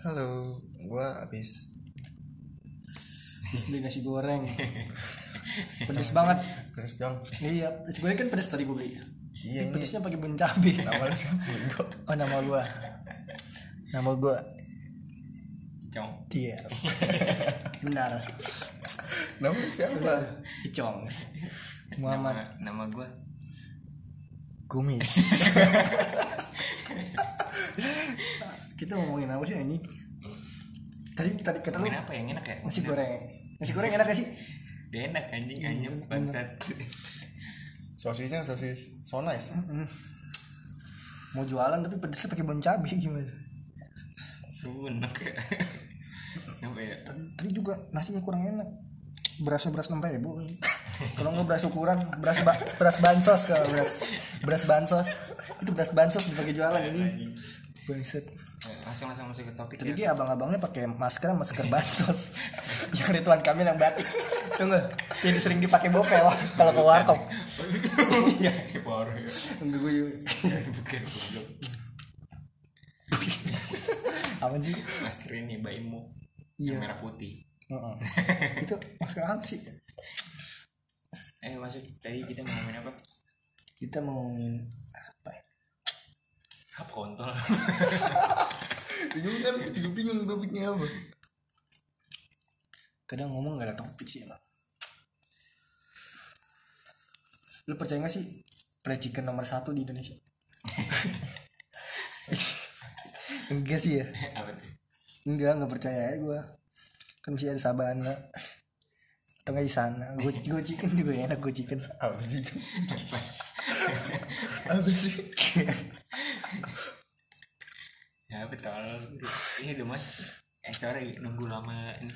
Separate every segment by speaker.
Speaker 1: Halo, gua habis
Speaker 2: Terus beli nasi goreng pedes banget
Speaker 1: terus dong.
Speaker 2: iya nasi goreng kan pedes tadi gue beli
Speaker 1: Iya ini
Speaker 2: pedesnya pakai bun cabe
Speaker 1: nama lu siapa Bego?
Speaker 2: oh nama gue nama gue
Speaker 3: Cong.
Speaker 2: dia benar
Speaker 1: Nama lu siapa?
Speaker 2: Icong
Speaker 3: Nama,
Speaker 2: Muhammad
Speaker 3: nama gue
Speaker 2: Gumis kita ngomongin apa sih ini tadi tadi kata lu
Speaker 3: Ngomongin apa yang enak ya?
Speaker 2: nasi goreng nasi goreng enak gak sih
Speaker 3: Gak enak
Speaker 1: Iya,
Speaker 3: anjing anjing bangsat
Speaker 1: Sosisnya sosis ya? so nice.
Speaker 2: mau jualan tapi pedesnya pakai bun cabe gimana
Speaker 3: Gue enak ya Apa ya?
Speaker 2: tadi juga nasinya kurang enak berasnya beras enam ribu kalau nggak beras ukuran beras ba beras bansos kalau beras beras bansos itu beras bansos dipakai jualan ini Buset.
Speaker 3: Eh, Langsung langsung masuk ke topik
Speaker 2: Tadi
Speaker 3: ya
Speaker 2: dia abang-abangnya pakai masker masker bansos yang Ridwan Kamil yang batik tunggu jadi sering dipakai bokeh wah, kalau ke warkop
Speaker 3: Iya Baru ya
Speaker 2: tunggu gue juga.
Speaker 3: Bukan goblok
Speaker 2: apa sih
Speaker 3: Masker ini Baimu
Speaker 2: Iya.
Speaker 3: Yang merah putih
Speaker 2: Heeh. itu masker apa sih
Speaker 3: Eh masuk Tadi kita mau ngomongin apa?
Speaker 2: kita mau ngomongin apa ya?
Speaker 3: Apa kontol?
Speaker 1: Bingung kan? Gue bingung topiknya apa?
Speaker 2: kadang ngomong gak ada topik sih emang lu percaya gak sih fried chicken nomor satu di Indonesia enggak sih ya
Speaker 3: apa tuh?
Speaker 2: enggak enggak percaya ya gue kan masih ada sabana atau nggak di sana gue gue chicken juga enak gue chicken
Speaker 1: Apa sih? Cong? Apa sih?
Speaker 3: Ya betul Ini udah masuk Iya Eh sorry nunggu lama ini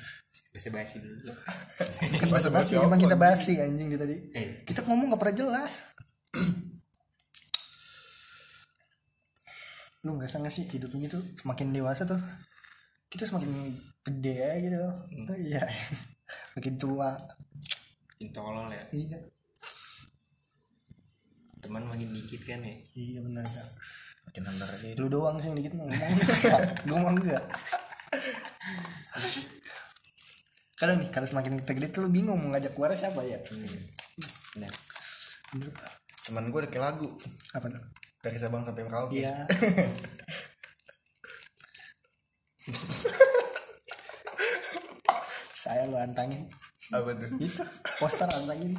Speaker 3: Bahasa basi dulu
Speaker 2: kan bahasa
Speaker 1: Bahasa-bahasa
Speaker 2: basi emang
Speaker 1: apa?
Speaker 2: kita basi anjing di tadi
Speaker 3: Eh
Speaker 2: kita ngomong nggak pernah jelas lu nggak nggak sih hidup ini tuh gitu, semakin dewasa tuh kita semakin gede ya gitu iya makin tua
Speaker 3: Intolol ya
Speaker 2: iya
Speaker 3: Teman makin dikit kan ya
Speaker 2: iya benar Kak.
Speaker 1: Makin nambah lagi.
Speaker 2: lu doang sih yang dikit mah ngomong enggak. Gua ngomong enggak kadang nih kalau semakin kita gede tuh lu bingung mau ngajak keluar siapa ya
Speaker 3: Nah
Speaker 2: Bener.
Speaker 1: Temen gue udah kayak lagu
Speaker 2: apa tuh
Speaker 1: dari Sabang sampai Merauke.
Speaker 2: iya saya lu antangin
Speaker 1: Apa tuh?
Speaker 3: Iya.
Speaker 2: itu poster antangin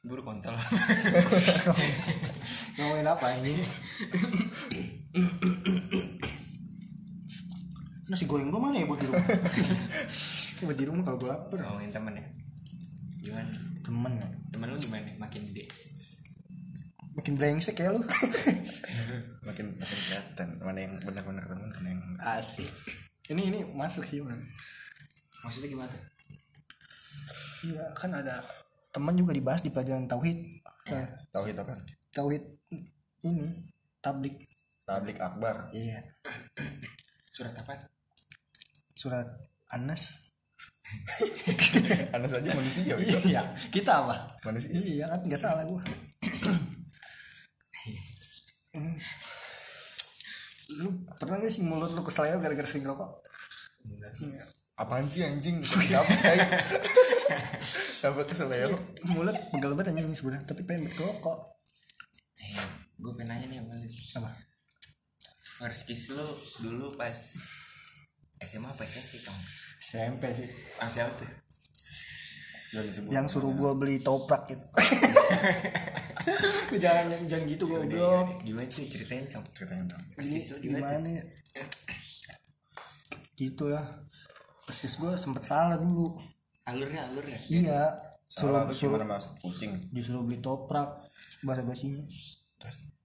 Speaker 3: Gue kontol
Speaker 2: ngomongin apa ini nasi goreng gua mana ya buat di rumah Ini buat di rumah kalau gua lapar
Speaker 3: ngomongin temen ya gimana
Speaker 2: temen ya
Speaker 3: temen lu gimana makin gede
Speaker 2: makin brengsek ya lu
Speaker 1: Makin makin kelihatan mana yang benar-benar temen mana yang enggak.
Speaker 2: asik ini ini masuk sih bener.
Speaker 3: maksudnya gimana tuh
Speaker 2: iya kan ada teman juga dibahas di pelajaran tauhid Nah,
Speaker 1: Tauhid apa?
Speaker 2: tauhid ini tablik
Speaker 1: Tablik Akbar.
Speaker 2: iya
Speaker 3: surat apa
Speaker 2: surat Anas
Speaker 1: Anda saja manusia gitu.
Speaker 2: iya kita apa
Speaker 1: Manusia.
Speaker 2: iya kan nggak salah gua Hmm. lu pernah gak sih mulut lu keselio gara-gara sering rokok Iya.
Speaker 1: Apaan sih anjing? Kenapa kayak? Kenapa kesel ya? lu?
Speaker 2: Eh, mulut pegal banget anjing sebenarnya tapi pengen rokok
Speaker 3: eh, gue pengen nanya nih sama lu
Speaker 2: apa
Speaker 3: first kiss lu dulu pas SMA apa SMP kamu
Speaker 2: SMP sih
Speaker 3: Ah, siapa tuh
Speaker 1: Jangan disebut.
Speaker 2: yang suruh gua beli toprak gitu Lu jangan jangan gitu goblok
Speaker 3: Udah, gimana tuh ceritain cong
Speaker 1: Ceritanya dong.
Speaker 3: first kiss lu gimana tuh?
Speaker 2: gimana ya gitu lah persis gue sempet salah dulu
Speaker 3: alurnya alurnya
Speaker 2: iya
Speaker 1: Salah
Speaker 2: suruh
Speaker 1: lu
Speaker 2: suruh
Speaker 1: gimana masuk kucing?
Speaker 2: disuruh beli toprak bahasa basinya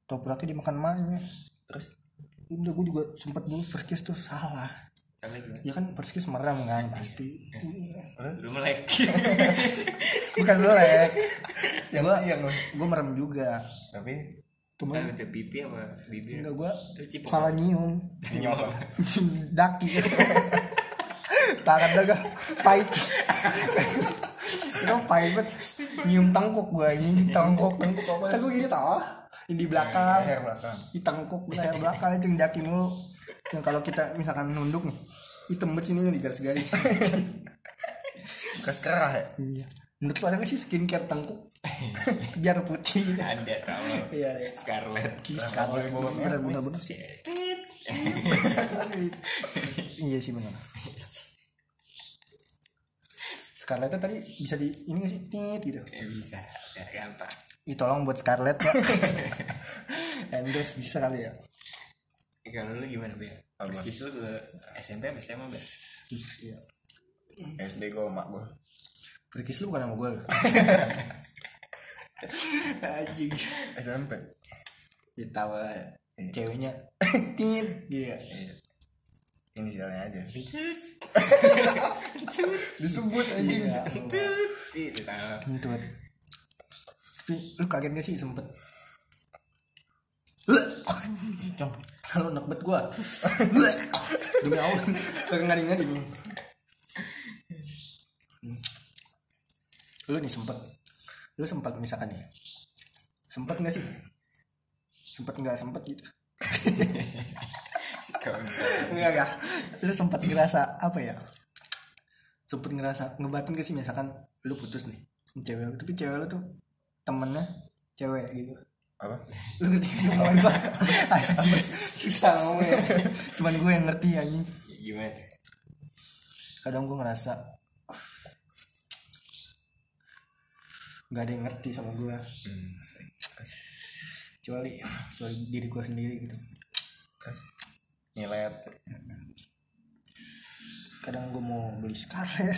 Speaker 2: topraknya dimakan emaknya
Speaker 1: Terus
Speaker 2: udah gue juga sempet dulu persis tuh salah
Speaker 3: salah gimana
Speaker 2: ya kan persis merem kan pasti Iya.
Speaker 3: lu melek
Speaker 2: bukan lo ya
Speaker 1: yang yang lu.
Speaker 2: gue merem juga
Speaker 1: Tapi
Speaker 2: cuma
Speaker 3: apa tuh pipi apa bibir
Speaker 2: enggak gue
Speaker 3: Lu cipok.
Speaker 2: salah nyium
Speaker 1: ini apa?
Speaker 2: daki tangan daga pahit Kenapa pahit banget nyium tangkok gue ini tangkok
Speaker 1: Tangkok apa?
Speaker 2: tangkok gini tau ini di belakang
Speaker 1: leher belakang
Speaker 2: ditengkuk leher belakang itu yang daki mulu yang kalau kita misalkan nunduk nih hitam banget sininya di garis-garis
Speaker 1: bekas kerah ya
Speaker 2: iya menurut lu ada gak sih skincare tengkuk biar putih gitu
Speaker 3: ada tahu
Speaker 2: iya iya
Speaker 3: Scarlett
Speaker 1: Kenapa boleh bawa merah
Speaker 2: bener bener sih iya sih bener Scarlett tadi bisa di ini nggak sih tit gitu
Speaker 3: Eh, bisa udah gampang
Speaker 2: Ih, tolong buat Scarlett ya endorse bisa kali ya
Speaker 3: Eh, kalau lu gimana bel terus kisah lu ke SMP apa SMA bel
Speaker 2: iya
Speaker 1: SD gue mak gue
Speaker 2: Perkis lu bukan sama gue Anjing
Speaker 1: SMP
Speaker 2: Ketawa Ceweknya Tit Iya
Speaker 1: inisialnya aja disebut anjing
Speaker 2: Iya,
Speaker 3: itu tahu
Speaker 2: Kentut Tapi lu kaget gak sih sempet Kalau enak banget gue Demi Allah Kagak ngadi-ngadi nih. Lu nih sempet Lu sempet misalkan nih Sempet gak sih Sempet gak sempet gitu
Speaker 3: si kawan
Speaker 2: Enggak enggak. Lu sempat ngerasa apa ya? Sempat ngerasa ngebatin gak sih misalkan lu putus nih sama cewek lu tapi cewek lu tuh temennya cewek gitu.
Speaker 1: apa
Speaker 2: Lu ngerti sih maksud gua? Anjing, Susah ngomong ya. Cuman gue yang ngerti anjing.
Speaker 3: gimana tuh?
Speaker 2: Kadang gue ngerasa nggak ada yang ngerti sama gue
Speaker 3: Hmm.
Speaker 2: kecuali kecuali diri gue sendiri gitu
Speaker 1: terus nyilet
Speaker 2: kadang gue mau beli scarlet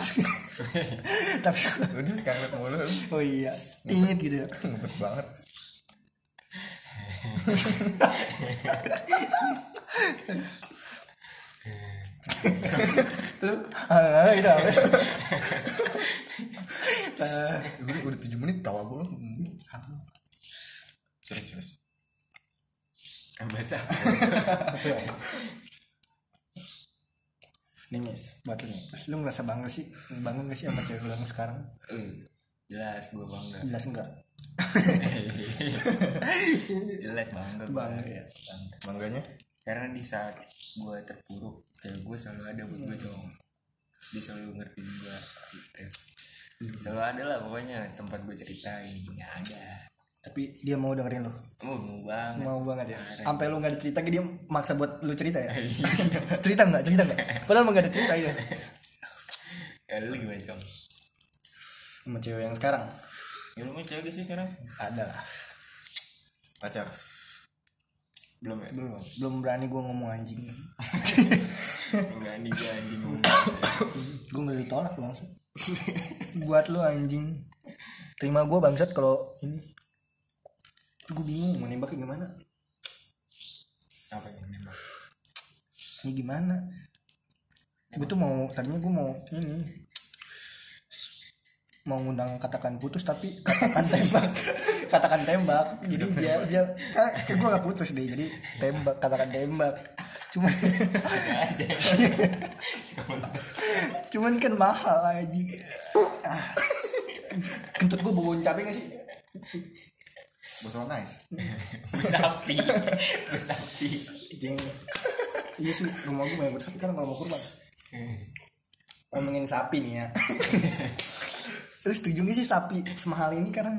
Speaker 2: tapi
Speaker 1: udah kangen mulu
Speaker 2: oh iya tingit gitu ya
Speaker 1: ngebet banget
Speaker 2: Ah, itu apa?
Speaker 1: udah udah tujuh menit tawa gue serius serius
Speaker 3: baca
Speaker 2: Nih mis, buat lu nih. Terus lu ngerasa bangga sih, bangga gak sih sama cewek lu yang sekarang?
Speaker 3: Hmm. jelas gue bangga
Speaker 2: Jelas enggak?
Speaker 3: jelas bangga gua.
Speaker 2: Bangga ya.
Speaker 3: Bangga.
Speaker 1: bangganya
Speaker 3: karena di saat gue terpuruk cewek gue selalu ada buat
Speaker 2: Hmm.
Speaker 3: gue dong dia selalu ngertiin gue gitu
Speaker 2: Hmm.
Speaker 3: selalu ada lah pokoknya tempat gue ceritain nggak ada
Speaker 2: Tapi dia mau dengerin lu.
Speaker 3: mau mau banget
Speaker 2: Mau banget ya. Sampai lu nggak ada cerita, dia maksa buat lu cerita ya. cerita nggak? Cerita nggak? Padahal emang nggak ada cerita ya.
Speaker 3: ya lu gimana dong
Speaker 2: Sama cewek yang sekarang
Speaker 3: ya lu mau cewek gak sih sekarang
Speaker 2: ada lah.
Speaker 1: pacar
Speaker 3: belum ya
Speaker 2: Belum, belum berani gue ngomong anjing.
Speaker 3: nggak nih gue anjing ngomong
Speaker 2: gue nggak ditolak langsung. buat lu anjing. Terima gue bangsat kalau ini. Gue bingung mau nembaknya gimana?
Speaker 3: apa yang nembak
Speaker 2: ini gimana gue tuh mau tadinya gue mau ini mau ngundang katakan putus tapi katakan tembak katakan tembak jadi dia dia kan gue gak putus deh jadi tembak katakan tembak cuman cuman kan mahal aja Ah. kentut gue bawa cabai gak sih
Speaker 1: bosol nice
Speaker 3: bersapi bersapi
Speaker 2: Jeng. iya sih rumah gue banyak sapi kan kalau mau kurban Hmm. ngomongin sapi nih ya terus setuju nggak sih sapi semahal ini karena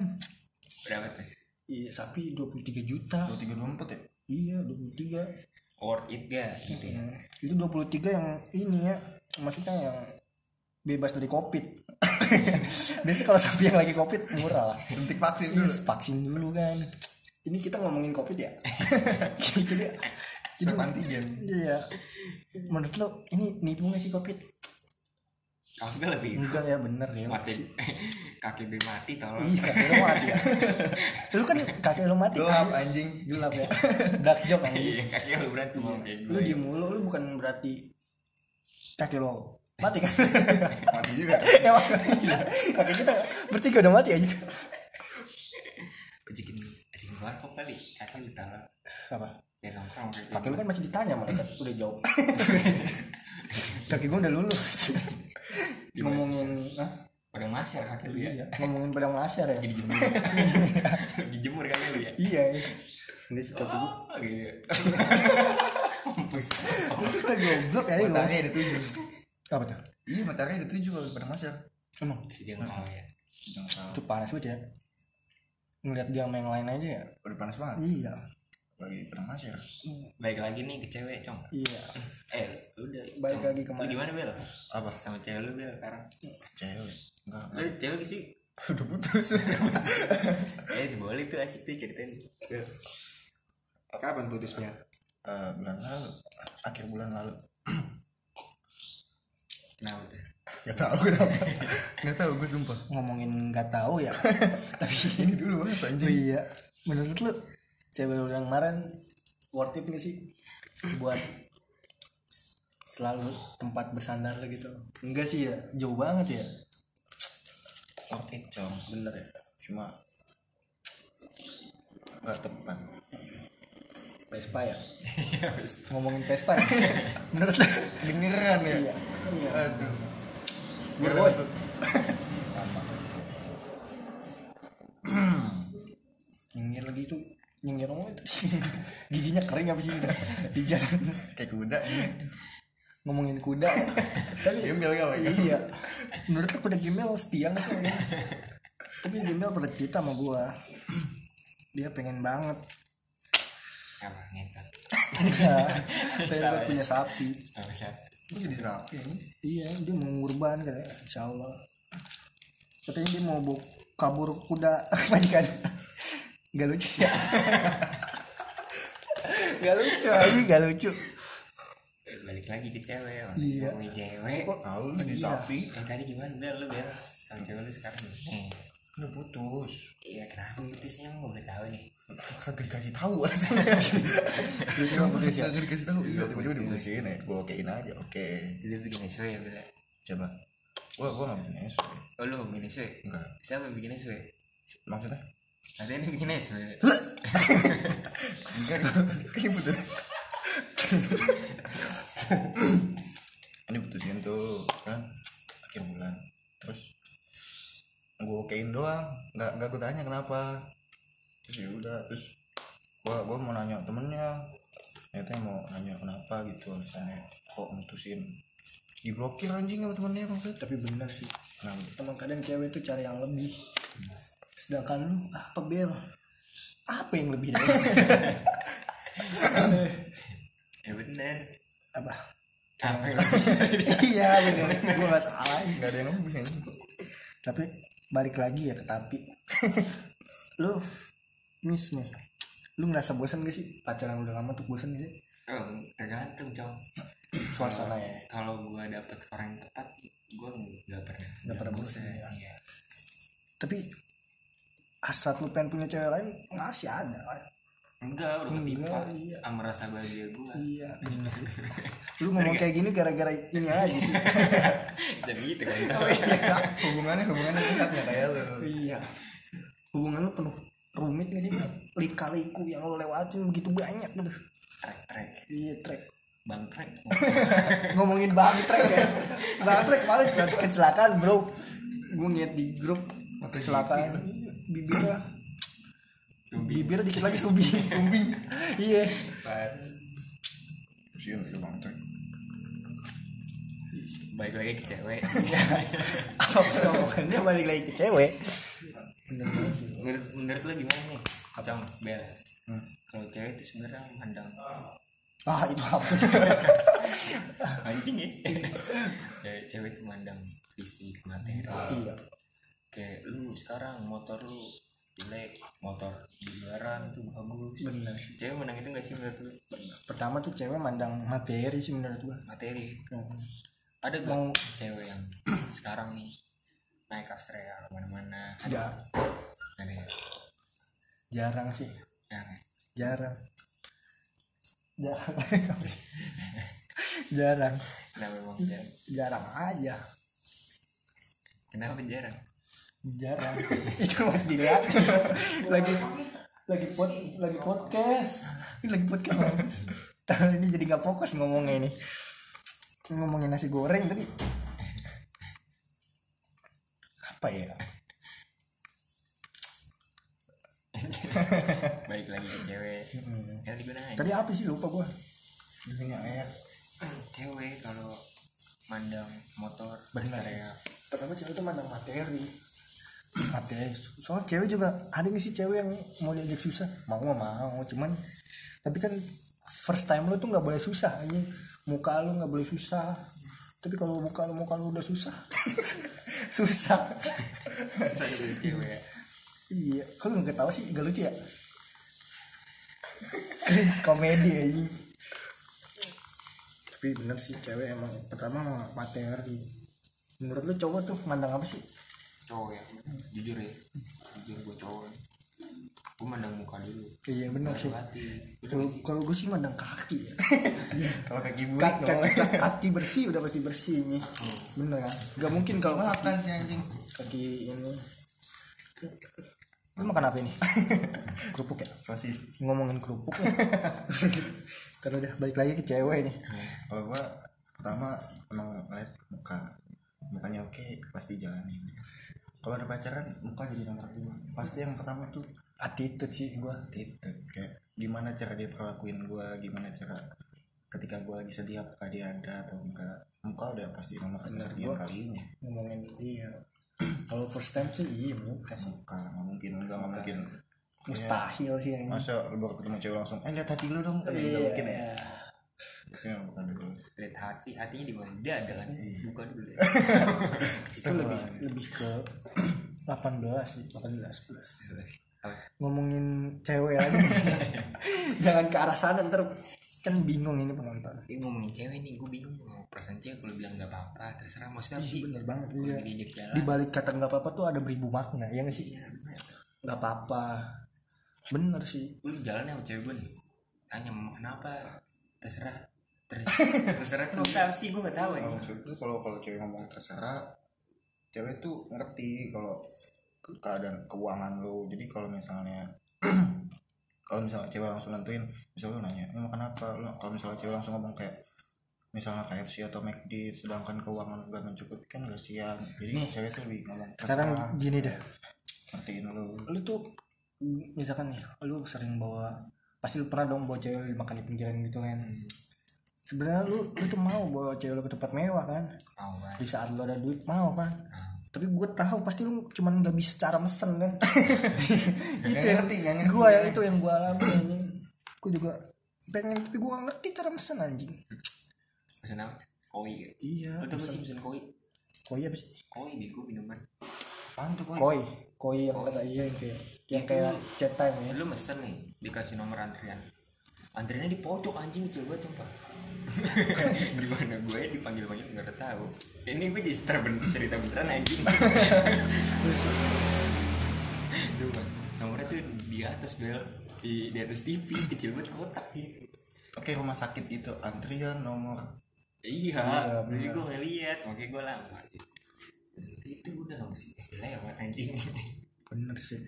Speaker 3: berapa tuh
Speaker 2: iya sapi 23 juta
Speaker 1: dua tiga dua empat ya
Speaker 2: iya 23
Speaker 3: worth it gak gitu ya
Speaker 2: Hmm. itu 23 yang ini ya maksudnya yang bebas dari covid biasanya kalau sapi yang lagi covid murah lah
Speaker 1: suntik vaksin dulu
Speaker 2: Terus vaksin dulu kan ini kita ngomongin covid ya jadi
Speaker 1: swab antigen
Speaker 2: iya menurut lo ini nipu nggak sih covid
Speaker 3: kafka lebih
Speaker 2: Enggak ya bener ya.
Speaker 3: mati kaki gue mati tolong
Speaker 2: Iya kakek lu mati ya. Lu kan kakek lu mati.
Speaker 1: gelap anjing
Speaker 2: Gelap ya. Dark joke kan.
Speaker 3: Iya, kaki lu berat mau kayak
Speaker 2: Lu
Speaker 3: gue.
Speaker 2: diem mulu lu bukan berarti kakek lo mati kan.
Speaker 1: mati juga
Speaker 2: ya makanya. kakek kita bertiga udah mati aja.
Speaker 3: Ajakin ajakin keluar kok kali. Kaki lu tolong.
Speaker 2: Apa?
Speaker 3: Biar Ya, nongkrong kayak
Speaker 2: Kakek lu kan masih ditanya malah udah jauh. kakek gua udah lulus. ngomongin Iya, ah
Speaker 3: Pada masar kaki lu ya.
Speaker 2: iya. ngomongin pedang masyar ya.
Speaker 3: Jadi jemur. Dijemur kaki lu ya.
Speaker 2: iya. iya.
Speaker 1: Ini suka cukup.
Speaker 3: Ah, gitu mampus
Speaker 2: Udah goblok ya lu.
Speaker 1: Matahari ada tujuh.
Speaker 2: Apa tuh?
Speaker 1: Iya matahari ada tujuh kalau pada masyar.
Speaker 2: Emang
Speaker 3: si dia nggak mau ya Dia nggak mau.
Speaker 2: itu panas banget ya. Ngeliat dia sama yang lain aja ya.
Speaker 1: Udah panas banget.
Speaker 2: Iya.
Speaker 1: Lagi pada masyar.
Speaker 3: baik lagi nih ke cewek cong
Speaker 2: Iya.
Speaker 3: eh udah
Speaker 2: Balik lagi Iya.
Speaker 3: Lu
Speaker 2: kemarin.
Speaker 3: gimana bel
Speaker 1: Apa?
Speaker 3: sama cewek lu bel sekarang
Speaker 1: Cewek. Enggak.
Speaker 3: lu ada cewek sih
Speaker 1: Udah putus.
Speaker 3: eh itu boleh tuh asik tuh ceritain
Speaker 2: Iya.
Speaker 3: kapan putusnya
Speaker 1: Eh, bulan lalu. Akhir bulan lalu.
Speaker 3: kenapa tuh
Speaker 1: Gak tau kenapa. Gak tau gue sumpah.
Speaker 2: Ngomongin nggak tahu ya. Tapi
Speaker 1: Ini dulu bahas
Speaker 2: Oh
Speaker 1: anjing.
Speaker 2: iya. Menurut lu cewek lu yang kemarin worth it gak sih buat selalu tempat bersandar lu gitu? Enggak sih ya, jauh banget ya.
Speaker 1: Worth it cong. Bener ya. Cuma nggak tepat.
Speaker 2: Vespa ya.
Speaker 1: Iya,
Speaker 2: Ngomongin Vespa. Ya? Menurut lu?
Speaker 1: Dengeran ya.
Speaker 2: Iya. Iya.
Speaker 1: Aduh.
Speaker 2: Biar
Speaker 1: Gak
Speaker 2: boy.
Speaker 1: dapet.
Speaker 2: Nyengir lagi itu nyengir ngomong itu giginya kering apa sih gitu. di jalan
Speaker 1: Kayak kuda.
Speaker 2: ngomongin kuda tapi
Speaker 1: Gembel gak Pak?
Speaker 2: iya menurut aku udah gembel setia gak sih orangnya? tapi gembel pernah cerita sama gua dia pengen banget
Speaker 3: apa ngentot
Speaker 2: ya, pengen banget punya sapi
Speaker 3: apa sih
Speaker 1: Gue jadi serapi ini.
Speaker 2: iya dia mau ngurban katanya insya Allah katanya dia mau bawa kabur kuda majikan gak lucu ya gak lucu aja gak lucu
Speaker 3: balik lagi ke cewek
Speaker 2: Iya.
Speaker 3: ngomongin cewek
Speaker 1: Tahu lu di sapi.
Speaker 3: eh tadi gimana bel lu bel sama cewek lu sekarang nih
Speaker 1: Udah putus.
Speaker 3: iya kenapa putusnya emang gak boleh tahu nih
Speaker 1: kagak dikasih tahu alasannya
Speaker 2: putus ya?
Speaker 1: kagak dikasih tahu iya tiba-tiba diputusin ya gue okein aja oke
Speaker 3: itu bikin SW ya bel
Speaker 1: coba gua gua nggak punya SW
Speaker 3: oh lu bikin SW
Speaker 1: enggak
Speaker 3: siapa yang bikin SW
Speaker 1: maksudnya
Speaker 3: ada yang bikin SW
Speaker 1: enggak ini putus ini putusin tuh kan akhir bulan terus gue okein doang nggak nggak gue tanya kenapa terus ya udah terus gue gua mau nanya temennya ternyata mau nanya kenapa gitu alasannya kok mutusin diblokir anjing sama temennya Nah, maksudnya
Speaker 2: tapi benar sih
Speaker 1: kenapa
Speaker 2: emang kadang cewek tuh cari yang lebih sedangkan lu apa bel apa yang lebih dari
Speaker 3: ya bener
Speaker 2: apa
Speaker 3: apa yang
Speaker 2: iya bener gue gak salah
Speaker 1: nggak ada yang lebih anjing
Speaker 2: tapi balik lagi ya ke tapi lu miss nih lu ngerasa bosan gak sih pacaran udah lama tuh bosan gak sih
Speaker 3: oh, tergantung cong
Speaker 2: suasana ya
Speaker 3: kalau gua dapet orang yang tepat gua nggak pernah
Speaker 2: Nggak pernah
Speaker 3: bosan,
Speaker 2: bosan, ya.
Speaker 3: iya.
Speaker 2: tapi hasrat lu pengen punya cewek lain masih ada kan
Speaker 3: enggak udah ketimpa
Speaker 2: Enggak, iya.
Speaker 3: sama rasa bahagia gua
Speaker 2: iya lu ngomong kayak gini gara-gara ini aja sih
Speaker 3: jadi gitu kan tau
Speaker 1: hubungannya hubungannya sehat nggak kayak lu
Speaker 2: iya hubungan lu penuh rumit gak sih lika-liku yang lu lewatin begitu banyak gitu
Speaker 3: trek trek
Speaker 2: iya trek
Speaker 3: bang trek
Speaker 2: ngomongin bangtrek ya bangtrek malah juga kecelakaan bro gue ngeliat di grup kecelakaan bibirnya bibirnya dikit lagi sumbing sumbing iya
Speaker 1: sih itu bang Teng.
Speaker 3: baik lagi ke cewek
Speaker 2: apa sih ngomongannya balik lagi ke cewek
Speaker 3: menurut menurut lu gimana nih cong bel kalau cewek itu sebenarnya mandang
Speaker 2: ah itu apa
Speaker 3: anjing ya cewek cewek itu mandang fisik materi
Speaker 2: iya
Speaker 3: kayak lu sekarang motor lu jelek motor jualan tuh bagus
Speaker 2: Bener.
Speaker 3: cewek menang itu gak sih menurut lu
Speaker 2: pertama tuh cewek mandang materi sih menurut gue
Speaker 3: materi ada gak
Speaker 2: Mau-
Speaker 3: cewek yang sekarang nih naik Astrea kemana-mana ada
Speaker 2: ya
Speaker 3: ada ya
Speaker 2: jarang sih
Speaker 3: Jarang ya?
Speaker 2: jarang jarang jarang
Speaker 3: kenapa emang jarang
Speaker 2: jarang aja
Speaker 3: kenapa jarang
Speaker 2: jarang itu mas dilihat lagi lagi pod lagi podcast ini lagi podcast tahun ini jadi nggak fokus ngomongnya ini ngomongin nasi goreng tadi apa ya
Speaker 3: balik lagi ke cewek kan tadi gue nanya
Speaker 2: Tadi apa sih lupa gua?
Speaker 1: Dunia air.
Speaker 3: cewek kalau mandang motor ya. bahas teriak
Speaker 4: pertama cewek itu mandang materi
Speaker 2: Apa ya? Soalnya cewek juga ada nggak sih cewek yang mau diajak susah? Mau mah mau, cuman tapi kan first time lu tuh nggak boleh susah aja. Muka lu nggak boleh susah. Tapi kalau muka lu muka lu udah susah, susah.
Speaker 3: Masa gitu cewek
Speaker 2: iya, kalau nggak tahu sih nggak lucu ya. Cringe komedi aja. Tapi bener sih cewek emang pertama emang materi. Menurut lu cowok tuh mandang apa sih?
Speaker 3: cowok ya jujur ya jujur gue cowok gue mandang muka dulu
Speaker 2: Iya bener sih.
Speaker 3: baru hati
Speaker 2: Kalau kalau gue sih mandang kaki ya.
Speaker 1: Kalau kaki burik
Speaker 2: kaki,
Speaker 1: nggak boleh.
Speaker 2: kaki, kaki bersih udah pasti bersih nih. Bener kan? Gak mungkin kalau kaki,
Speaker 1: Makan sih Kan anjing.
Speaker 2: kaki ini. Lu makan apa ini? kerupuk ya?
Speaker 1: Sosis.
Speaker 2: Ngomongin kerupuk ya? Terus udah balik lagi ke cewek nih.
Speaker 1: kalau gua pertama emang ngeliat muka mukanya oke pasti jalanin kalau ada pacaran muka jadi nomor dua pasti yang pertama tuh
Speaker 2: Hmm. Attitude sih gue.
Speaker 1: itu kayak gimana cara dia perlakuin gua gimana cara ketika gua lagi sedih apakah dia ada atau enggak muka udah pasti nomor kesekian kalinya
Speaker 2: Ngomongin iya. Kalau first time tuh iya muka sih.
Speaker 1: muka nggak mungkin enggak nggak mungkin
Speaker 2: Mustahil sih yang ini.
Speaker 1: masa lu baru ketemu cewek langsung eh lihat hati lu dong
Speaker 2: Iya.
Speaker 1: kan nggak mungkin ya pasti nggak bukan dulu
Speaker 3: lihat hati hatinya di mana dada kan
Speaker 2: Iya.
Speaker 3: bukan dulu deh.
Speaker 2: Itu lebih lebih ke 18 sih, 18 plus.
Speaker 3: Apa?
Speaker 2: ngomongin cewek lagi jangan ke arah sana ntar kan bingung ini penonton
Speaker 3: Ini ngomongin cewek nih, gue bingung mau perasaan cewek kalau bilang gak apa-apa, terserah mau siapa sih.
Speaker 2: bener banget
Speaker 3: Kalau
Speaker 2: iya
Speaker 3: diajak jalan,
Speaker 2: di balik kata nggak apa-apa tuh ada beribu makna ya nggak sih
Speaker 3: iya bener.
Speaker 2: nggak apa-apa bener sih
Speaker 3: Gue jalan sama cewek gue nih, tanya mama kenapa, terserah. Terus, terserah tuh mau apa sih, gue gak tau ya.
Speaker 2: Nah. Oh.
Speaker 1: maksud tuh kalau kalau cewek ngomong terserah cewek tuh ngerti kalau ke- keadaan keuangan lo jadi kalau misalnya kalau misalnya cewek langsung nentuin misalnya lo nanya lo makan apa lo kalau misalnya cewek langsung ngomong kayak misalnya KFC atau McD sedangkan keuangan gak mencukupi kan gak siang jadi cewek tuh lebih ngomong
Speaker 2: sekarang
Speaker 1: terserah
Speaker 2: gini dah
Speaker 1: ngertiin lo
Speaker 2: lu tuh mm, misalkan nih lu sering bawa pasti lu pernah dong bawa cewek lu makan di pinggiran gitu kan sebenarnya lu lu tuh mau bawa cewek lu ke tempat mewah kan
Speaker 3: Mau banget.
Speaker 2: di saat lu ada duit mau kan tapi gue tahu pasti lu cuman nggak bisa cara mesen kan itu yang
Speaker 1: ngerti, nggak ngerti.
Speaker 2: gue yang itu yang gue alami anjing gue juga pengen tapi gue nggak ngerti cara mesen anjing
Speaker 3: Pesan apa? Koi ya.
Speaker 2: iya
Speaker 3: Lo tau gak sih pesan koi?
Speaker 2: koi apa sih
Speaker 3: Koi bego minuman.
Speaker 1: apaan tuh koi
Speaker 2: koi koi yang kata iya yang kayak yang kayak chat time ya
Speaker 3: Eh, Lu mesen nih, dikasih nomor antrian. Antriannya di pojok anjing cewek gue coba. Gimana gue dipanggil-panggil gak ada tahu. Ini gue di ben cerita beneran anjing. Coba. Nomornya tuh di atas bel, di, di atas TV, kecil banget kotak gitu.
Speaker 1: oke rumah sakit itu antrian nomor
Speaker 3: Iya, jadi gue ngeliat, makanya gue lama. Itu, itu udah lama sih, lewat anjing.
Speaker 2: bener sih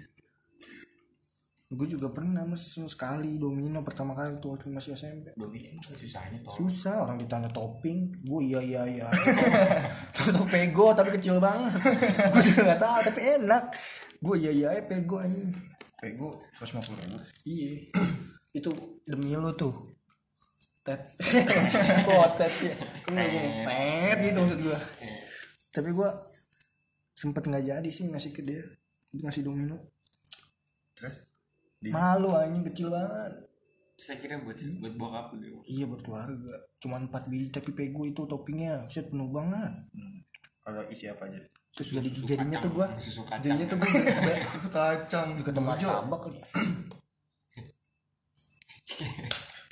Speaker 2: gue juga pernah mesen sekali domino pertama kali tuh waktu masih SMP
Speaker 3: Gue bilang "Emang susahnya tau.
Speaker 2: susah orang ditanya topping gue iya iya iya tuh pego tapi kecil banget gue juga nggak tahu tapi enak gue iya iya iya, pego anjing
Speaker 1: kayak gue seratus lima puluh ribu
Speaker 2: iya itu demi lu tuh tet kok tet sih Ngomong pet gitu maksud gue tapi gue sempet nggak jadi sih ngasih ke dia ngasih domino
Speaker 1: terus
Speaker 2: malu anjing kecil banget
Speaker 3: Terus akhirnya buat buat bokap dulu.
Speaker 2: iya buat keluarga cuman 4 biji tapi pego itu toppingnya set penuh banget
Speaker 1: kalau isi apa aja
Speaker 2: terus jadi jadinya tuh gua
Speaker 3: susu kacang.
Speaker 2: jadinya tuh gua
Speaker 1: susu kacang
Speaker 2: juga tempat tabak kali ya.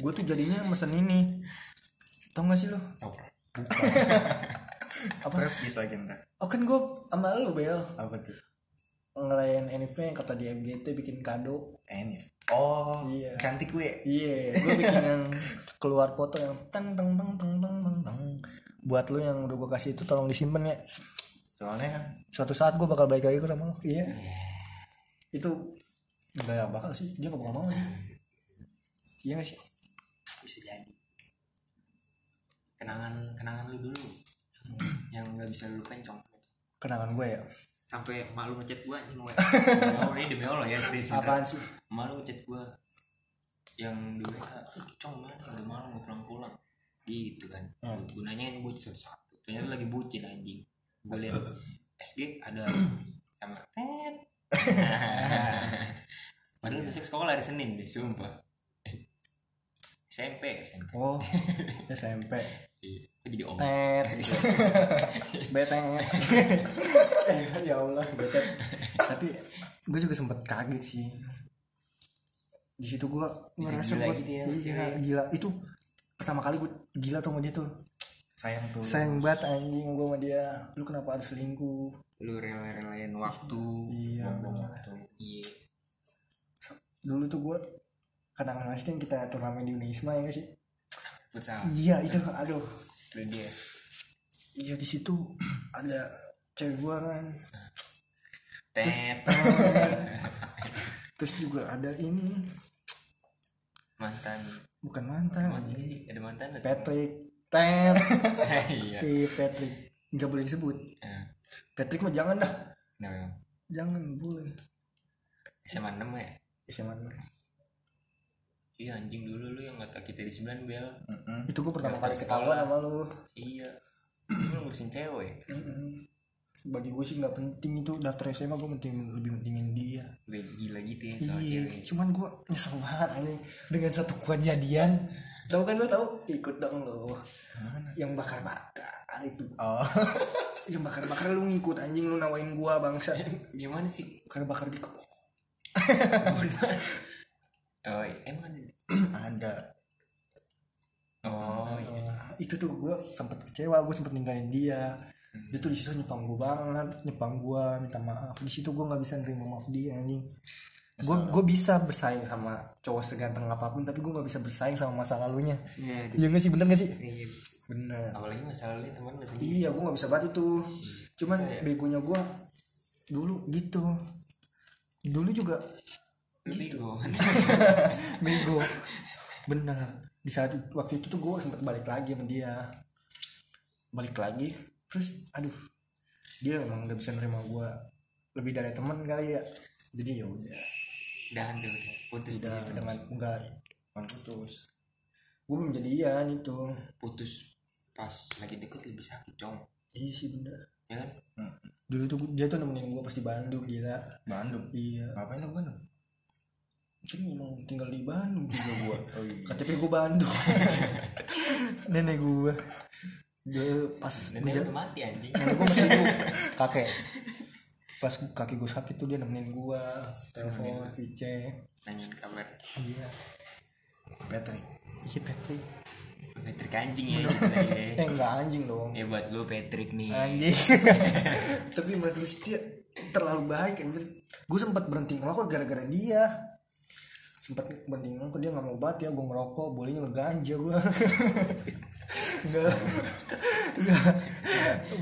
Speaker 2: gue tuh jadinya mesen ini tau gak sih lo
Speaker 3: Toprak.
Speaker 2: apa
Speaker 1: terus bisa lagi ntar
Speaker 2: oh kan gue sama lu bel
Speaker 1: apa tuh
Speaker 2: ngelayan NF yang kata di MGT bikin kado
Speaker 1: Enif. Oh,
Speaker 2: Iya.
Speaker 1: ganti kue.
Speaker 2: iya gue bikin yang keluar foto yang teng teng teng teng teng teng teng. buat lu yang udah gue kasih itu tolong disimpan ya
Speaker 1: Soalnya kan
Speaker 2: suatu saat gue bakal balik lagi ke sama lo iya itu nggak bakal sih dia nggak bakal mau sih iya gak sih
Speaker 3: bisa jadi. Kenangan kenangan lu dulu yang nggak bisa lu lupain cong.
Speaker 2: kenangan gue ya
Speaker 3: sampai malu ngechat gua anjing gua. Oh, ini demi Allah ya serius bentar.
Speaker 2: Apaan sih?
Speaker 3: malu ngechat gua yang di WA "Eh, cong mana udah malu mau pulang pulang gitu kan gue nanyain bucin satu satu ternyata lagi bucin anjing gue lihat SG ada kamar tet padahal besok sekolah hari Senin deh sumpah SMP SMP
Speaker 2: Oh, SMP.
Speaker 3: Kok jadi om
Speaker 2: Tet gitu. Beteng. ya Allah, betet. Tapi gue juga sempet kaget sih. Di situ gue
Speaker 3: Bisa
Speaker 2: ngerasa
Speaker 3: gila
Speaker 2: gue
Speaker 3: gitu ya,
Speaker 2: iya,
Speaker 3: cewek.
Speaker 2: gila. Itu pertama kali gue gila tuh sama dia tuh.
Speaker 1: sayang tuh
Speaker 2: Sayang banget anjing gue sama dia. Lu kenapa harus selingkuh?
Speaker 3: lu rela-relain waktu
Speaker 2: Iya.
Speaker 3: buang-buang waktu iya
Speaker 2: Dulu tuh gue kadang-kadang sih kita turnamen di Unisma ya gak sih?
Speaker 3: futsal
Speaker 2: Iya itu aduh
Speaker 3: itu dia
Speaker 2: Iya di situ ada cewek gua kan.
Speaker 3: tet
Speaker 2: Terus juga ada ini
Speaker 3: mantan
Speaker 2: bukan mantan.
Speaker 3: mantan ini ada mantan ada
Speaker 2: Patrick. Ter.
Speaker 3: iya
Speaker 2: Iya Patrick. Gak boleh disebut.
Speaker 3: Nah,
Speaker 2: Patrick mah jangan dah.
Speaker 3: kenapa emang?
Speaker 2: Jangan boleh.
Speaker 3: SMA 6 ya
Speaker 2: Eh, Siapa tuh?
Speaker 3: iya anjing dulu lu yang kata kita di 9 bel
Speaker 2: Hmm. Itu gua pertama
Speaker 3: Daftar
Speaker 2: kali ketahuan
Speaker 3: sekolah.
Speaker 2: sama lu.
Speaker 3: iya lu ngurusin cewek
Speaker 2: Bagi gue sih nggak penting itu daftar SMA gue penting lebih pentingin dia.
Speaker 3: Gue gila gitu ya soal
Speaker 2: Iya,
Speaker 3: cewek
Speaker 2: cuman gue nyesel banget anjing dengan satu kejadian.
Speaker 4: Tahu kan lo tahu? Ikut dong lo. Yang bakar-bakar itu.
Speaker 1: oh
Speaker 2: Yang bakar-bakar lu ngikut anjing lu nawain gua bangsa.
Speaker 3: gimana sih
Speaker 2: Bakar-bakar di kebun.
Speaker 3: oh emang ada?
Speaker 1: ada
Speaker 3: oh iya
Speaker 2: Nah, itu tuh gue sempet kecewa gue sempet ninggalin dia dia tuh di situ nyepang gue banget nyepang gue minta maaf di situ gue nggak bisa nerima maaf dia anjing gue gue bisa bersaing sama cowok seganteng apapun tapi gue nggak bisa bersaing sama masa lalunya
Speaker 3: Iya,
Speaker 2: iya nggak sih bener nggak sih
Speaker 3: iya
Speaker 2: bener
Speaker 3: apalagi masalah ini temen lu sendiri
Speaker 2: iya ya. gue nggak bisa banget itu cuman begonya gue dulu gitu dulu juga
Speaker 3: lu bego
Speaker 2: bego bener di saat waktu itu tuh gue sempet balik lagi sama dia balik lagi terus aduh dia memang gak bisa nerima gue lebih dari teman kali ya jadi ya udah
Speaker 3: udahan tuh udah putus
Speaker 2: udah
Speaker 3: dia
Speaker 2: dengan enggak
Speaker 1: kan putus
Speaker 2: gue belum jadian itu
Speaker 3: putus pas lagi deket lebih sakit cong
Speaker 2: iya sih bener
Speaker 3: ya kan
Speaker 2: dulu tuh dia tuh nemenin gue pas di Bandung gila
Speaker 1: Bandung
Speaker 2: iya
Speaker 1: ngapain lu Bandung
Speaker 2: mungkin memang tinggal di Bandung juga gue
Speaker 1: oh iya
Speaker 2: KTP gue Bandung nenek gue dia pas gua
Speaker 3: nenek udah mati anjing
Speaker 2: nenek gue masih hidup kakek pas kaki gue sakit tuh dia nemenin gue telepon vice
Speaker 3: nanyain kabar
Speaker 2: iya
Speaker 1: Patrick
Speaker 2: iya Patrick
Speaker 3: Patrick anjing ya gitu ya
Speaker 2: eh enggak anjing dong
Speaker 3: Eh buat lu Patrick nih.
Speaker 2: anjing tapi menurut dia terlalu baik anjir gue sempat berhenti ngerokok gara-gara dia sempat berhenti ngerokok dia nggak mau banget ya gue ngerokok bolehnya ngeganja gue enggak enggak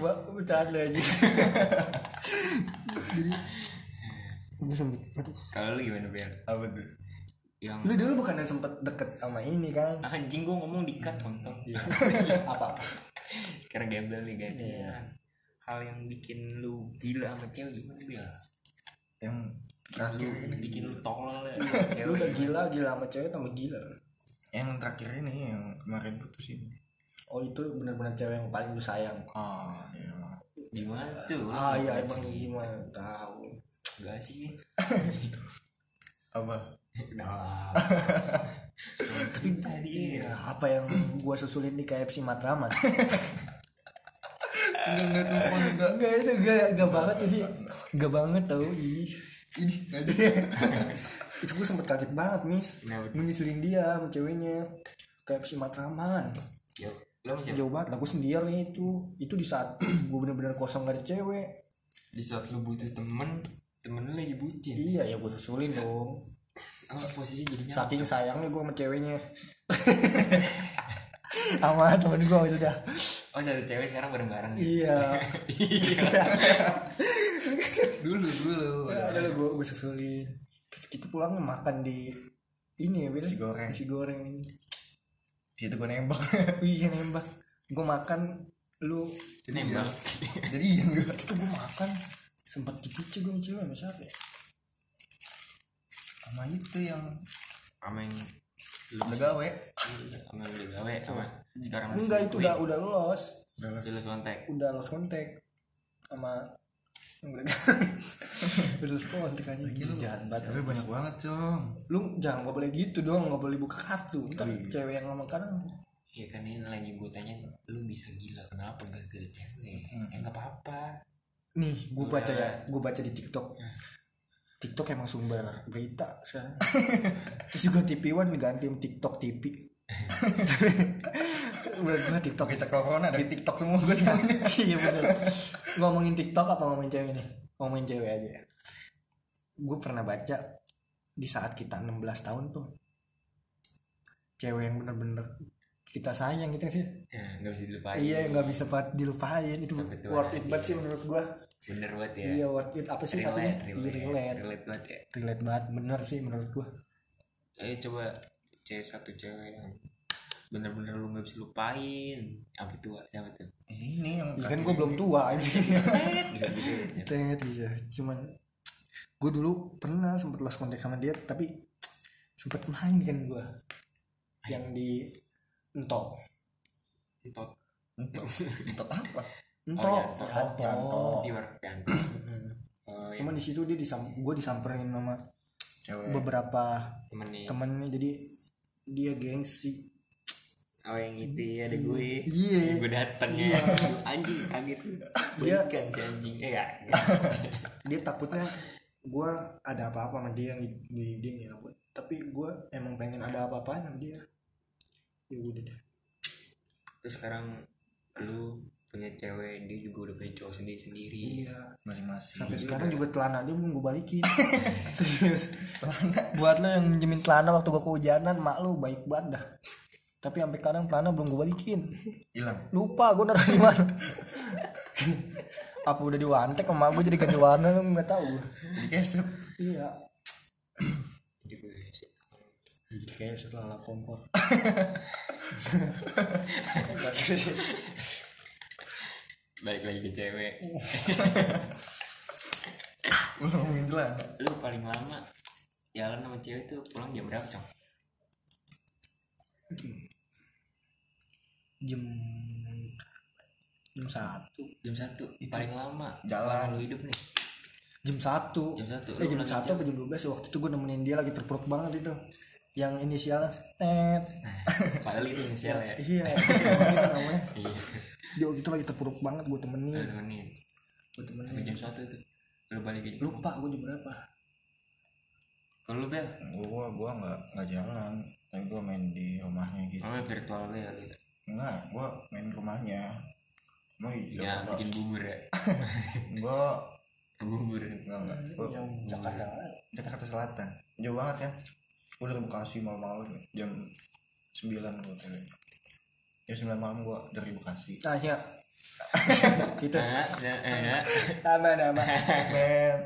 Speaker 2: Ba- bercanda aja jadi gue sempet aduh
Speaker 3: Kalau lu gimana Bel?
Speaker 1: apa tuh
Speaker 3: Yang
Speaker 2: lu dulu bukan yang sempet deket sama ini kan
Speaker 3: Nah, anjing gua ngomong di cut kontol.
Speaker 2: Iya. apa
Speaker 3: Iya. Karena gembel nih ganti. Iya. Hal yang bikin lu gila sama cewek gimana Bel?
Speaker 1: yang terakhir ini
Speaker 3: Bikin lu tolol ya.
Speaker 2: lu
Speaker 3: cewek.
Speaker 2: udah gila gila sama cewek tambah gila
Speaker 1: yang terakhir ini yang kemarin putus ini
Speaker 2: oh itu benar-benar cewek yang paling lu sayang
Speaker 1: ah iya banget
Speaker 3: Gimana tuh? Lu
Speaker 2: ah
Speaker 3: kenapa
Speaker 2: iya
Speaker 3: gak
Speaker 2: emang
Speaker 3: cerita?
Speaker 2: gimana tahu
Speaker 3: Gak sih.
Speaker 1: apa
Speaker 3: Udah.
Speaker 2: tapi tadi ya, apa yang gua susulin di KFC Matraman
Speaker 1: enggak telepon enggak
Speaker 2: enggak itu enggak enggak banget ya sih enggak banget tau ih Iya.
Speaker 1: ini aja
Speaker 2: itu gua sempet kaget banget mis
Speaker 3: Kenapa
Speaker 2: Gua nyusulin dia sama ceweknya KFC Matraman
Speaker 3: Yo, lu masih
Speaker 2: jauh banget lah gua sendirian nih itu itu di saat gua bener-bener kosong gak ada cewek
Speaker 3: di saat lu butuh temen, temen lu lagi bucin.
Speaker 2: iya ya gua susulin dong
Speaker 3: Oh, posisi jadinya
Speaker 2: saking sayangnya gua sama ceweknya sama temen gua maksudnya
Speaker 3: Oh, satu cewek sekarang bareng-bareng.
Speaker 2: iya
Speaker 1: dulu dulu
Speaker 2: Ya, udah gue gue susulin terus kita pulang makan di ini ya beda
Speaker 1: Nasi goreng.
Speaker 2: nasi goreng
Speaker 1: situ gue Gitu nembak
Speaker 2: iya nembak gue makan lu
Speaker 3: Nembak.
Speaker 1: jadi iya yang gue
Speaker 2: itu gue makan Sempet dipicu gue sama cewek sama siapa ya?
Speaker 1: sama itu yang
Speaker 3: sama yang
Speaker 1: udah gawe
Speaker 3: sama yang udah gawe sama sekarang
Speaker 2: Enggak itu udah udah lolos,
Speaker 3: jelas kontak
Speaker 2: udah lost kontak sama yang udah udah lost kontak aja. Jahat banget.
Speaker 1: cewek banyak banget com
Speaker 2: Lu jangan nggak boleh gitu dong, nggak boleh buka kartu. Ntar cewek yang ngomong kadang
Speaker 3: ya kan ini lagi gue tanya lu bisa gila kenapa gara-gara cewek
Speaker 2: Hmm.
Speaker 3: ya nggak apa-apa
Speaker 2: nih gue baca ya gue baca di TikTok TikTok emang sumber berita sekarang terus juga TV One diganti sama TikTok TV menurut gue TikTok
Speaker 1: kita corona dari tiktok semua gue tahu ini
Speaker 2: iya bener ngomongin TikTok apa ngomongin cewek nih ngomongin cewek aja ya gue pernah baca di saat kita 16 tahun tuh cewek yang bener-bener kita sayang gitu sih
Speaker 3: ya nggak bisa dilupain
Speaker 2: iya nggak bisa pat- dilupain itu
Speaker 3: Sampai tua
Speaker 2: worth
Speaker 3: nanti.
Speaker 2: it banget sih menurut gue
Speaker 3: bener banget ya
Speaker 2: iya worth it apa sih katanya
Speaker 3: relate relate,
Speaker 2: Iya,
Speaker 3: relate banget ya
Speaker 2: relate banget bener sih menurut gua
Speaker 3: ayo coba cewek satu cewek yang bener-bener lu nggak bisa lupain apa tuh siapa tuh
Speaker 1: ini yang
Speaker 3: Iya.
Speaker 2: ya kan gua belum tua anjing
Speaker 3: bisa gitu ya
Speaker 2: Tet, bisa cuman gua dulu pernah sempet lost kontak sama dia tapi sempet main kan gua yang di entok
Speaker 3: entot
Speaker 1: tiktok apa
Speaker 2: entok
Speaker 3: Oh, iya, Entok.
Speaker 2: Ya, entok
Speaker 3: di warpian oh ya
Speaker 2: Hmm. cuman di situ dia disam gua disamperin sama
Speaker 3: Iya.
Speaker 1: cewek
Speaker 2: beberapa
Speaker 3: temen nih
Speaker 2: temennya jadi dia gengsi
Speaker 3: oh yang itu ya ada gue
Speaker 2: Iya.
Speaker 3: gue dateng ya anjing kaget
Speaker 2: Iya.
Speaker 3: berikan si anjing ya ya
Speaker 2: dia takutnya gue ada apa-apa sama dia yang di, di dia nih aku tapi gue emang pengen ada apa-apa sama dia ya udah deh
Speaker 3: terus sekarang lu punya cewek dia juga udah punya cowok sendiri sendiri
Speaker 2: iya
Speaker 1: masing-masing
Speaker 2: sampai sekarang juga celana dia belum gue balikin serius
Speaker 1: celana
Speaker 2: buat lo yang minjemin celana waktu gue kehujanan mak lu baik banget dah tapi sampai sekarang celana belum gue balikin
Speaker 1: hilang
Speaker 2: lupa gue naruh di mana apa udah diwantek sama gue jadi ganti warna lu nggak tahu gue
Speaker 1: jadi keset
Speaker 2: iya
Speaker 3: Jadi gue-
Speaker 2: jadi kayak setelah kompor gitu
Speaker 3: balik lagi ke cewek
Speaker 1: belum ngomongin celana
Speaker 3: lu paling lama jalan sama cewek tuh pulang jam berapa cong
Speaker 2: jam jam satu
Speaker 3: jam satu paling lama
Speaker 1: Jalan.
Speaker 3: selama lu hidup nih
Speaker 2: jam satu
Speaker 3: Jam satu,
Speaker 2: eh
Speaker 3: lu
Speaker 2: jam
Speaker 3: pernah
Speaker 2: satu apa jam dua belas waktu itu gue nemenin dia lagi terpuruk banget itu yang inisialnya tet
Speaker 3: padahal itu inisial ya
Speaker 2: iya itu namanya
Speaker 3: iya
Speaker 2: dia waktu itu lagi terpuruk banget gue
Speaker 3: lu
Speaker 2: temenin
Speaker 3: temenin
Speaker 2: gue
Speaker 3: sampai
Speaker 2: temenin
Speaker 3: jam satu tuh lu balikin lu
Speaker 2: lupa gue jam berapa
Speaker 3: kalau lu bel
Speaker 1: gua gua nggak nggak jalan tapi gua main di rumahnya gitu
Speaker 3: namanya virtual bel gitu.
Speaker 1: enggak gua main rumahnya mau
Speaker 2: Iya,
Speaker 3: ya
Speaker 1: ya,
Speaker 3: bikin bubur ya
Speaker 1: gua
Speaker 3: bubur
Speaker 1: enggak enggak gua
Speaker 2: yang Jakarta
Speaker 1: Jakarta Selatan jauh banget ya gue dari Bekasi malam-malam jam 9 gue tuh jam 9 malam gue dari Bekasi
Speaker 2: tanya gitu
Speaker 3: ya ya ya
Speaker 2: nama nama
Speaker 1: men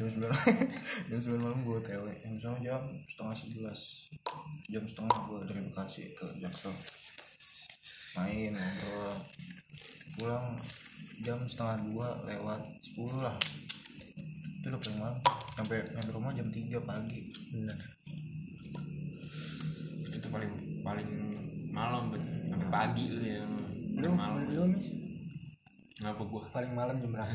Speaker 1: jam 9 jam 9 malam gue TW yang misalnya jam setengah 11 jam setengah gue dari Bekasi ke Jaksel main ngobrol pulang jam setengah dua lewat 10 lah itu udah paling malam sampai nyampe rumah jam 3 pagi
Speaker 2: bener
Speaker 3: itu paling paling malam bet sampai pagi lu yang
Speaker 2: lu
Speaker 3: yang malam
Speaker 2: lu mis
Speaker 3: ngapa gua
Speaker 2: paling malam jam berapa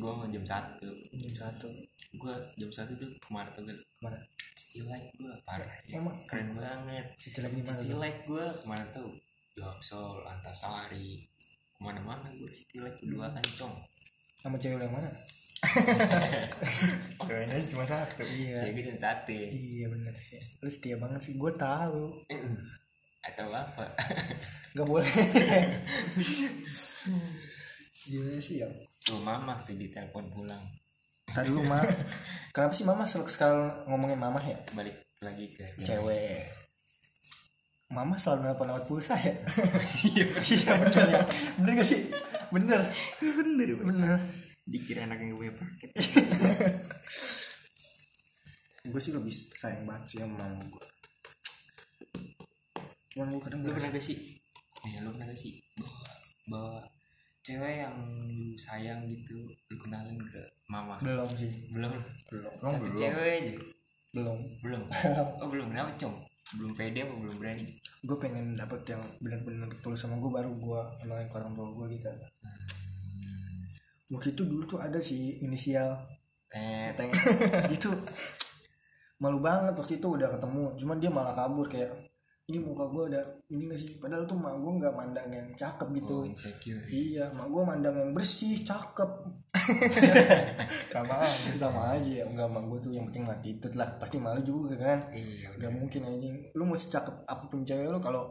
Speaker 3: gua mau jam satu
Speaker 2: jam satu
Speaker 3: gua jam satu tuh kemana tuh Gel?
Speaker 2: kemana
Speaker 3: City Light gue parah ya.
Speaker 2: Emang?
Speaker 3: keren banget
Speaker 2: situ lagi mana
Speaker 3: City Light gue kemana tuh Jaksel, Antasari kemana-mana gue City Light berdua ancong
Speaker 2: sama cewek lu yang mana
Speaker 1: ceweknya sih cuma satu
Speaker 2: iya
Speaker 3: jadi gitu sate
Speaker 2: iya bener sih lu setia banget sih gue tahu
Speaker 3: atau apa
Speaker 2: Gak boleh. Gimana sih ya?
Speaker 3: tuh mama tuh di telepon pulang
Speaker 2: Tadi lu mah. Kenapa sih mama selalu sekali ngomongin mama ya?
Speaker 3: balik lagi ke cewek
Speaker 2: Cewek. Mama selalu nelpon lewat pulsa ya? iya bener ya. Bener gak sih? Bener. Bener. ya, Bener.
Speaker 3: dikira anak yang gue paket
Speaker 2: Gue sih lebih sayang banget sih sama mama gue. Cuman gue kadang
Speaker 3: lu
Speaker 2: ngerasa
Speaker 3: Iya, pernah gak sih ya lu pernah gak sih bawa bawa cewek yang lu sayang gitu lu kenalin ke mama
Speaker 2: belum sih
Speaker 3: belum belum
Speaker 1: Emang
Speaker 3: satu
Speaker 1: belum?
Speaker 3: cewek aja
Speaker 2: belum
Speaker 3: belum oh belum kenapa cong belum pede apa belum berani Cong?
Speaker 2: gue pengen dapet yang benar-benar tulus sama gue baru gue kenalin ke orang tua gue gitu waktu itu dulu tuh ada si inisial
Speaker 3: eh
Speaker 2: teng gitu malu banget waktu itu udah ketemu cuman dia malah kabur kayak ini muka gue ada ini gak sih padahal tuh mak gue nggak mandang yang cakep gitu
Speaker 3: oh, insecure
Speaker 2: iya mak gue mandang yang bersih cakep sama aja sama aja ya enggak mak gue tuh yang penting mati itu lah pasti malu juga kan
Speaker 3: iya
Speaker 2: nggak mungkin anjing lu mau secakep apapun cewek lu kalau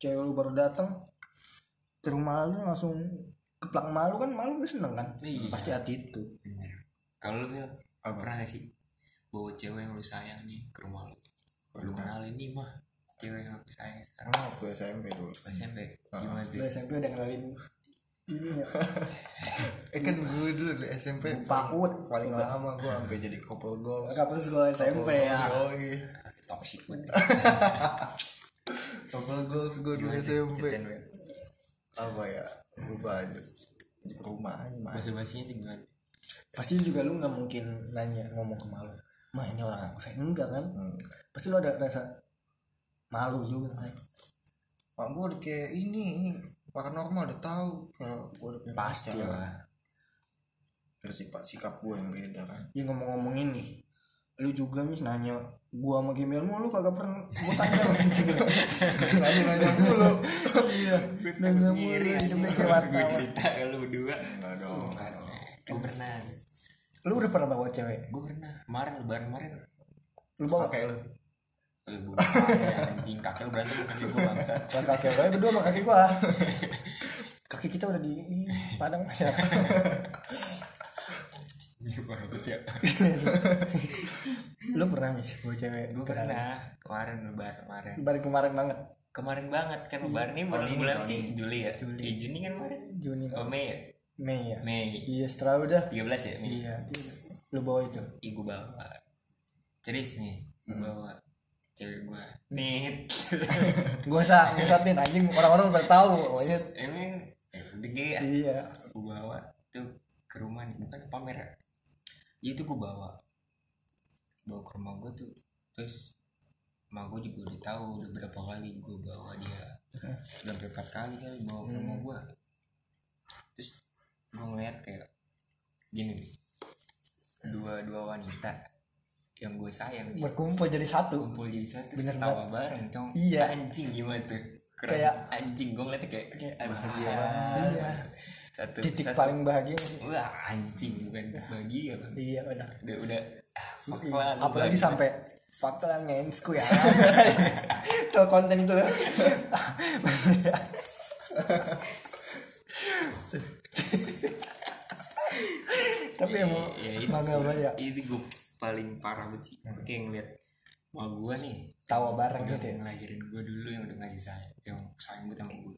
Speaker 2: cewek lu baru datang ke rumah lu langsung keplak malu kan malu gue seneng kan
Speaker 3: Iya.
Speaker 2: pasti hati itu
Speaker 3: bener kalau lu bilang
Speaker 1: Apa?
Speaker 3: pernah gak sih bawa cewek yang lu sayang nih ke rumah lu lu kenalin nih mah cewek yang aku sayang sekarang
Speaker 1: karena waktu SMP dulu
Speaker 3: pas SMP gimana
Speaker 2: lu
Speaker 3: tuh
Speaker 2: SMP udah kenalin ini ya
Speaker 1: eh kan gue dulu di SMP
Speaker 2: paut
Speaker 1: paling lama gue sampai jadi couple goals
Speaker 2: kapan sekolah SMP ya
Speaker 1: Yoi.
Speaker 3: toxic banget
Speaker 1: couple goals gue dulu SMP
Speaker 3: ceritain banget
Speaker 1: apa ya berubah aja Jadi ke rumah aja mas
Speaker 3: bahasa bahasanya tuh gimana
Speaker 2: pasti juga lu nggak mungkin nanya ngomong ke malu mah ini orang aku sayang enggak kan
Speaker 1: hmm.
Speaker 2: pasti lu ada rasa malu juga kan
Speaker 1: pak gue udah kayak ini ini paranormal udah tahu kalau gue udah punya
Speaker 2: pasti
Speaker 1: pacar.
Speaker 2: lah
Speaker 1: terus sih pak sikap gue yang beda kan
Speaker 2: ya ngomong-ngomong ini lu juga mis nanya gua sama Gmail lu kagak pernah gua tanya lu anjing.
Speaker 1: nanya nanya dulu
Speaker 2: iya nanya mulu iya. hidupnya kayak
Speaker 3: gue
Speaker 2: wartawan
Speaker 3: cerita ke lu berdua
Speaker 1: enggak dong
Speaker 3: gue pernah
Speaker 2: lu udah pernah bawa cewek
Speaker 3: gue pernah kemarin lebaran kemarin
Speaker 2: lu bawa
Speaker 1: kayak lu
Speaker 3: Eh, gua kaya anjing kakek lu berantem kan gue bangsa
Speaker 2: Lah kakek lu Eh, berdua sama kaki gua kaki kita udah di ini, padang mas ya
Speaker 3: gimana gitu ya
Speaker 2: lu pernah mis bawa cewek
Speaker 3: gue pernah kemarin lebaran kemarin
Speaker 2: balik kemarin banget
Speaker 3: kemarin banget kan lebaran ini bulan bulan sih Juli ya Juli. Juni kan kemarin
Speaker 2: Juni
Speaker 3: oh Mei ya
Speaker 2: Mei ya
Speaker 3: Mei
Speaker 2: iya setelah udah
Speaker 3: 13 ya Mei
Speaker 2: iya lu bawa itu
Speaker 3: Ih gue bawa Serius nih Gue bawa Cewek gue Nih
Speaker 2: gua usah ngusatin anjing orang-orang udah tahu pokoknya
Speaker 3: Emang Eh udah gay ya
Speaker 2: iya
Speaker 3: Gue bawa Tuh ke rumah nih Bukan pamer ya Iya tuh gue bawa Bawa ke rumah gue tuh Terus Emak gue juga udah tahu udah berapa kali gue bawa dia Udah sampai empat kali kali bawa ke
Speaker 2: Hmm.
Speaker 3: rumah gue Terus gue ngeliat kayak Gini nih Dua, dua wanita Yang gue sayang nih
Speaker 2: berkumpul jadi satu
Speaker 3: kumpul jadi satu
Speaker 2: Bener
Speaker 3: Bener ketawa bareng cong
Speaker 2: Iya.
Speaker 3: anjing gimana tuh Keren.
Speaker 2: Kayak-
Speaker 3: anjing gue ngeliatnya kayak, kayak bahagia
Speaker 2: Iya.
Speaker 3: satu
Speaker 2: titik
Speaker 3: satu
Speaker 2: paling bahagia nggak sih?
Speaker 3: wah anjing bukan bahagia bang
Speaker 2: iya udah
Speaker 3: udah udah ah, fuck lah gua
Speaker 2: Iya, apalagi
Speaker 3: bahagia.
Speaker 2: sampai fakta ngensku ya anjay. tuh konten itu tapi emang
Speaker 3: ya itu
Speaker 2: mana
Speaker 3: sih.
Speaker 2: apa ya Hmm.
Speaker 3: itu gue paling parah banget sih kayak ngeliat mau gue nih
Speaker 2: tawa bareng
Speaker 3: udah
Speaker 2: gitu ya
Speaker 3: ngelahirin gue dulu yang udah ngasih sayang yang sayang banget sama gue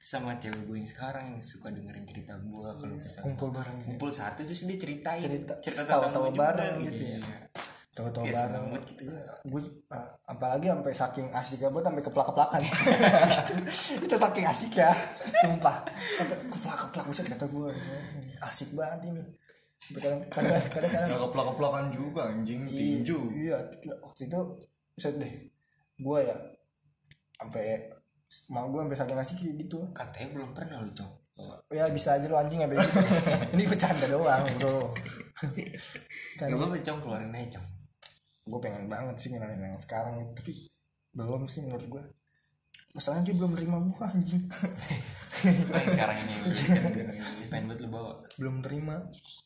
Speaker 3: sama cewek gue yang sekarang yang suka dengerin cerita gue kalau kesana
Speaker 2: kumpul bareng gitu.
Speaker 3: kumpul satu terus dia ceritain
Speaker 2: Iya. Cerita-
Speaker 3: tentang
Speaker 2: tawa-tawa
Speaker 3: gua juga,
Speaker 2: bareng gitu ya.
Speaker 3: Iya.
Speaker 2: Tawa-tawa
Speaker 3: Kayak
Speaker 2: bareng.
Speaker 3: seneng banget gitu
Speaker 2: gue eh, apalagi sampai saking asik ya, gue sampai keplak keplakan Gitu. itu saking asik ya sumpah sampai keplak keplak buset kata gue asik banget ini kadang kadang kadang, kadang
Speaker 1: Gak keplak-keplakan juga anjing tinju
Speaker 2: Iya, waktu itu set deh. Gua ya sampai mau gua sampai saking asik gitu.
Speaker 3: katanya belum pernah lu cong
Speaker 2: Ya bisa aja lo anjing ya gitu. Ini bercanda doang, Bro.
Speaker 3: gak
Speaker 2: Kan
Speaker 3: apa-apa cong keluarin aja cong
Speaker 2: gua pengen banget sih ngenalin yang sekarang tapi belum sih menurut gua. Masalahnya dia belum terima gua anjing.
Speaker 3: Nah, yang sekarang ini lu jadikan gini, lu pengen buat lu bawa
Speaker 2: belum terima.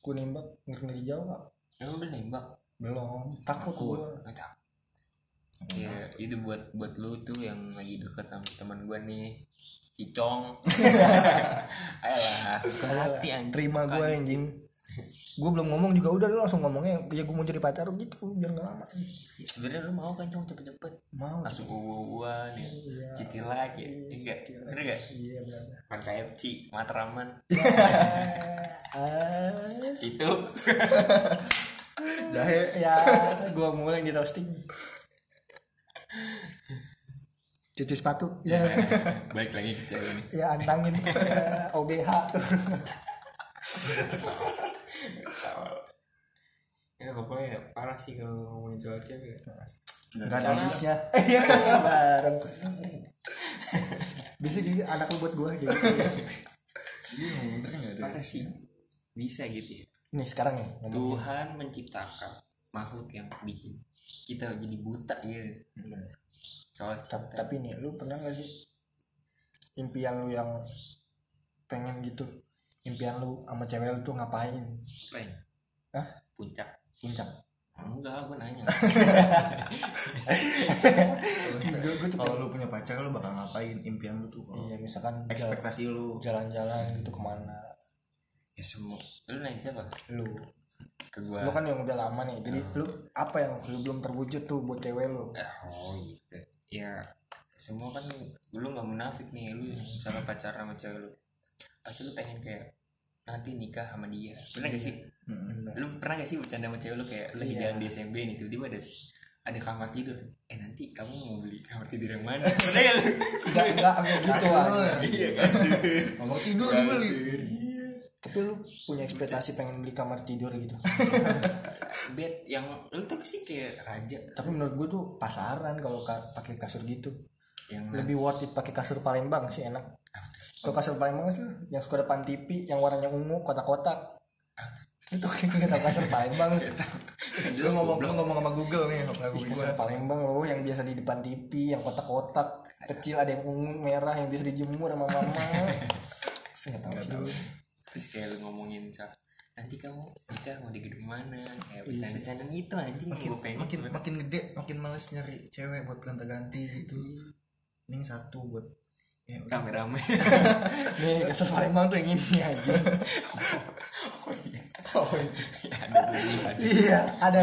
Speaker 2: Gua nembak ngeri jawab.
Speaker 3: emang udah nembak
Speaker 2: Belum. Takut gua.
Speaker 3: Nggak tahu. ya itu buat buat lu tuh yang lagi deket sama teman gua nih Cicong Ayolah Iya. Hati anjing
Speaker 2: Terima gua anjing. Gua belum ngomong juga udah lu langsung ngomongnya ya gua mau jadi pacar lu gitu biar nggak lama.
Speaker 3: Sebenernya lu mau kan cong cepet-cepet
Speaker 2: Mau.
Speaker 3: Langsung uwa-uwan ya Citil aja Iya Bener gak?
Speaker 2: Iya benar.
Speaker 3: Makan KFC Matraman
Speaker 2: Ah,
Speaker 3: itu
Speaker 1: jahe
Speaker 2: ya, gua mulai di roasting. cuci sepatu ya
Speaker 3: Balik lagi ke cewek ini.
Speaker 2: ya antangin Ya, OBH tuh
Speaker 3: Ya nggak boleh ya, parah sih kalau ngomongin soal cewek.
Speaker 2: nggak ada habisnya Iya, bareng bisa gini anak lu buat gua gitu
Speaker 3: Iya, Parah sih. Bisa gitu ya.
Speaker 2: nih sekarang nih ngomong.
Speaker 3: Tuhan menciptakan makhluk yang bikin kita jadi buta gitu. Soal
Speaker 2: Ta-
Speaker 3: cinta.
Speaker 2: tapi nih lu pernah gak sih impian lu yang pengen gitu impian lu sama cewek lu tuh ngapain
Speaker 3: Apa ya?
Speaker 2: Hah?
Speaker 3: Puncak.
Speaker 2: puncak
Speaker 3: Enggak, gue nanya.
Speaker 2: gue gue tuh
Speaker 1: kalau lu punya pacar lu bakal ngapain impian lu tuh kalau
Speaker 2: iya misalkan jal-
Speaker 1: ekspektasi lu
Speaker 2: jalan-jalan gitu kemana
Speaker 3: ya semua. Lu nanya siapa?
Speaker 2: lu
Speaker 3: Ke gua.
Speaker 2: lu kan yang udah lama nih jadi lu apa yang lu belum terwujud tuh buat cewek lu
Speaker 3: Eh, oh gitu. Ya semua kan lu nggak munafik
Speaker 2: Hmm.
Speaker 3: nih lu sama pacar sama cewek lu. Pasti lu pengen kayak nanti nikah sama dia. Pernah
Speaker 2: Iya.
Speaker 3: gak sih?
Speaker 2: Nah.
Speaker 3: Lu pernah gak sih bercanda sama cewek lu kayak lu lagi jalan di SMB nih tiba-tiba ada ada kamar tidur. Eh nanti kamu mau beli kamar tidur yang mana? Pernah gak lu?
Speaker 2: enggak enggak sampai gitu lah
Speaker 1: iya kan nomor tidur dibeli
Speaker 2: tapi lu punya ekspektasi pengen beli kamar tidur gitu
Speaker 3: Bed yang lu tuh sih kayak raja
Speaker 2: tapi menurut gue tuh pasaran kalau ka- pakai kasur gitu
Speaker 3: yang
Speaker 2: lebih worth it pakai kasur Palembang sih enak tuh kasur Palembang sih yang suka depan TV yang warnanya ungu kotak-kotak itu kayak tau kasur Palembang
Speaker 1: lu ngomong lu ngomong sama Google nih sama
Speaker 2: Ih,
Speaker 1: Google
Speaker 2: kasur Palembang lu yang biasa di depan TV yang kotak-kotak kecil ada yang ungu merah yang bisa dijemur sama mama saya nggak tahu sih dulu.
Speaker 3: terus kayak lu ngomongin soal nanti kamu nikah mau di gedung mana kayak bercanda-bercanda gitu anjing gue
Speaker 1: Iya
Speaker 3: pengen gitu.
Speaker 1: makin makin gede makin males nyari cewek buat ganti-ganti gitu mending satu buat ya udah
Speaker 3: rame-rame
Speaker 2: nih kasur Palembang tuh yang ini aja
Speaker 1: Oh, iya.
Speaker 3: Ya, ada dulu, ada.
Speaker 2: iya ada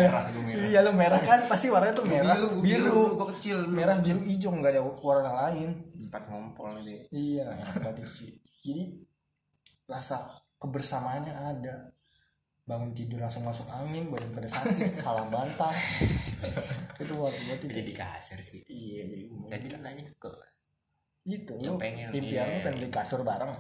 Speaker 2: iya lu merah kan pasti warnanya tuh merah
Speaker 1: biru
Speaker 2: biru,
Speaker 1: biru gua kecil
Speaker 2: merah biru hijau nggak ada warna lain
Speaker 3: empat ngompol deh
Speaker 2: iya enak banget sih jadi rasa kebersamaannya ada bangun tidur langsung masuk angin badan pada sakit salah bantah itu waktu buat itu
Speaker 3: jadi kasar sih
Speaker 2: iya jadi
Speaker 1: Oh,
Speaker 2: umum.
Speaker 3: tadi lu nanya kok
Speaker 2: gitu
Speaker 3: Yang
Speaker 2: lu
Speaker 3: pengen,
Speaker 2: impian lu
Speaker 3: iya.
Speaker 2: pengen beli kasur bareng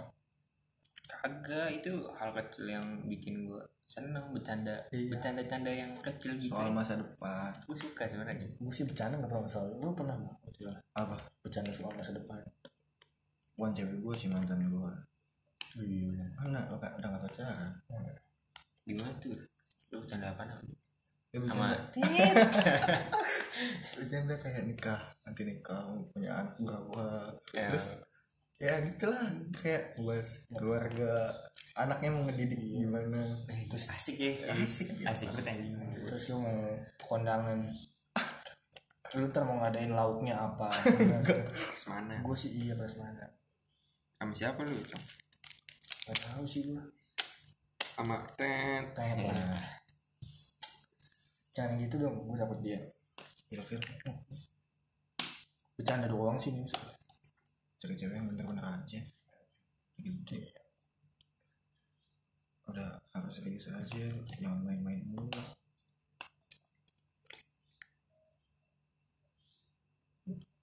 Speaker 3: kagak itu hal kecil yang bikin gue seneng bercanda bercanda-canda yang kecil gitu
Speaker 1: Iya. soal masa depan
Speaker 3: gue suka sebenarnya
Speaker 2: gue sih bercanda nggak pernah soal lu pernah nggak
Speaker 1: apa
Speaker 2: bercanda soal masa depan
Speaker 1: bukan cewek gua sih mantan gua
Speaker 2: iya
Speaker 1: mana lo kak udah gak pacaran
Speaker 3: gimana tuh lu bercanda apa namanya
Speaker 1: ya,
Speaker 3: sama
Speaker 1: bercanda, bercanda kayak nikah nanti nikah punya anak berapa
Speaker 3: Ya.
Speaker 1: terus ya gitulah kayak bahas keluarga anaknya mau ngedidik gimana
Speaker 3: eh, terus asik ya
Speaker 1: Iya.
Speaker 3: asik asik banget anjing
Speaker 2: terus lu mau kondangan lu ntar mau ngadain lauknya apa
Speaker 3: Terus mana
Speaker 2: gue sih iya terus mana
Speaker 3: sama siapa lu Cong?
Speaker 2: nggak tahu sih gue
Speaker 3: sama tet
Speaker 2: Tanya lah. Jangan gitu dong, gue takut dia.
Speaker 1: ilfil
Speaker 2: Bercanda doang sih Nus.
Speaker 1: cewek-cewek yang bener-bener aja gitu udah harus serius aja jangan main-main mulu lah.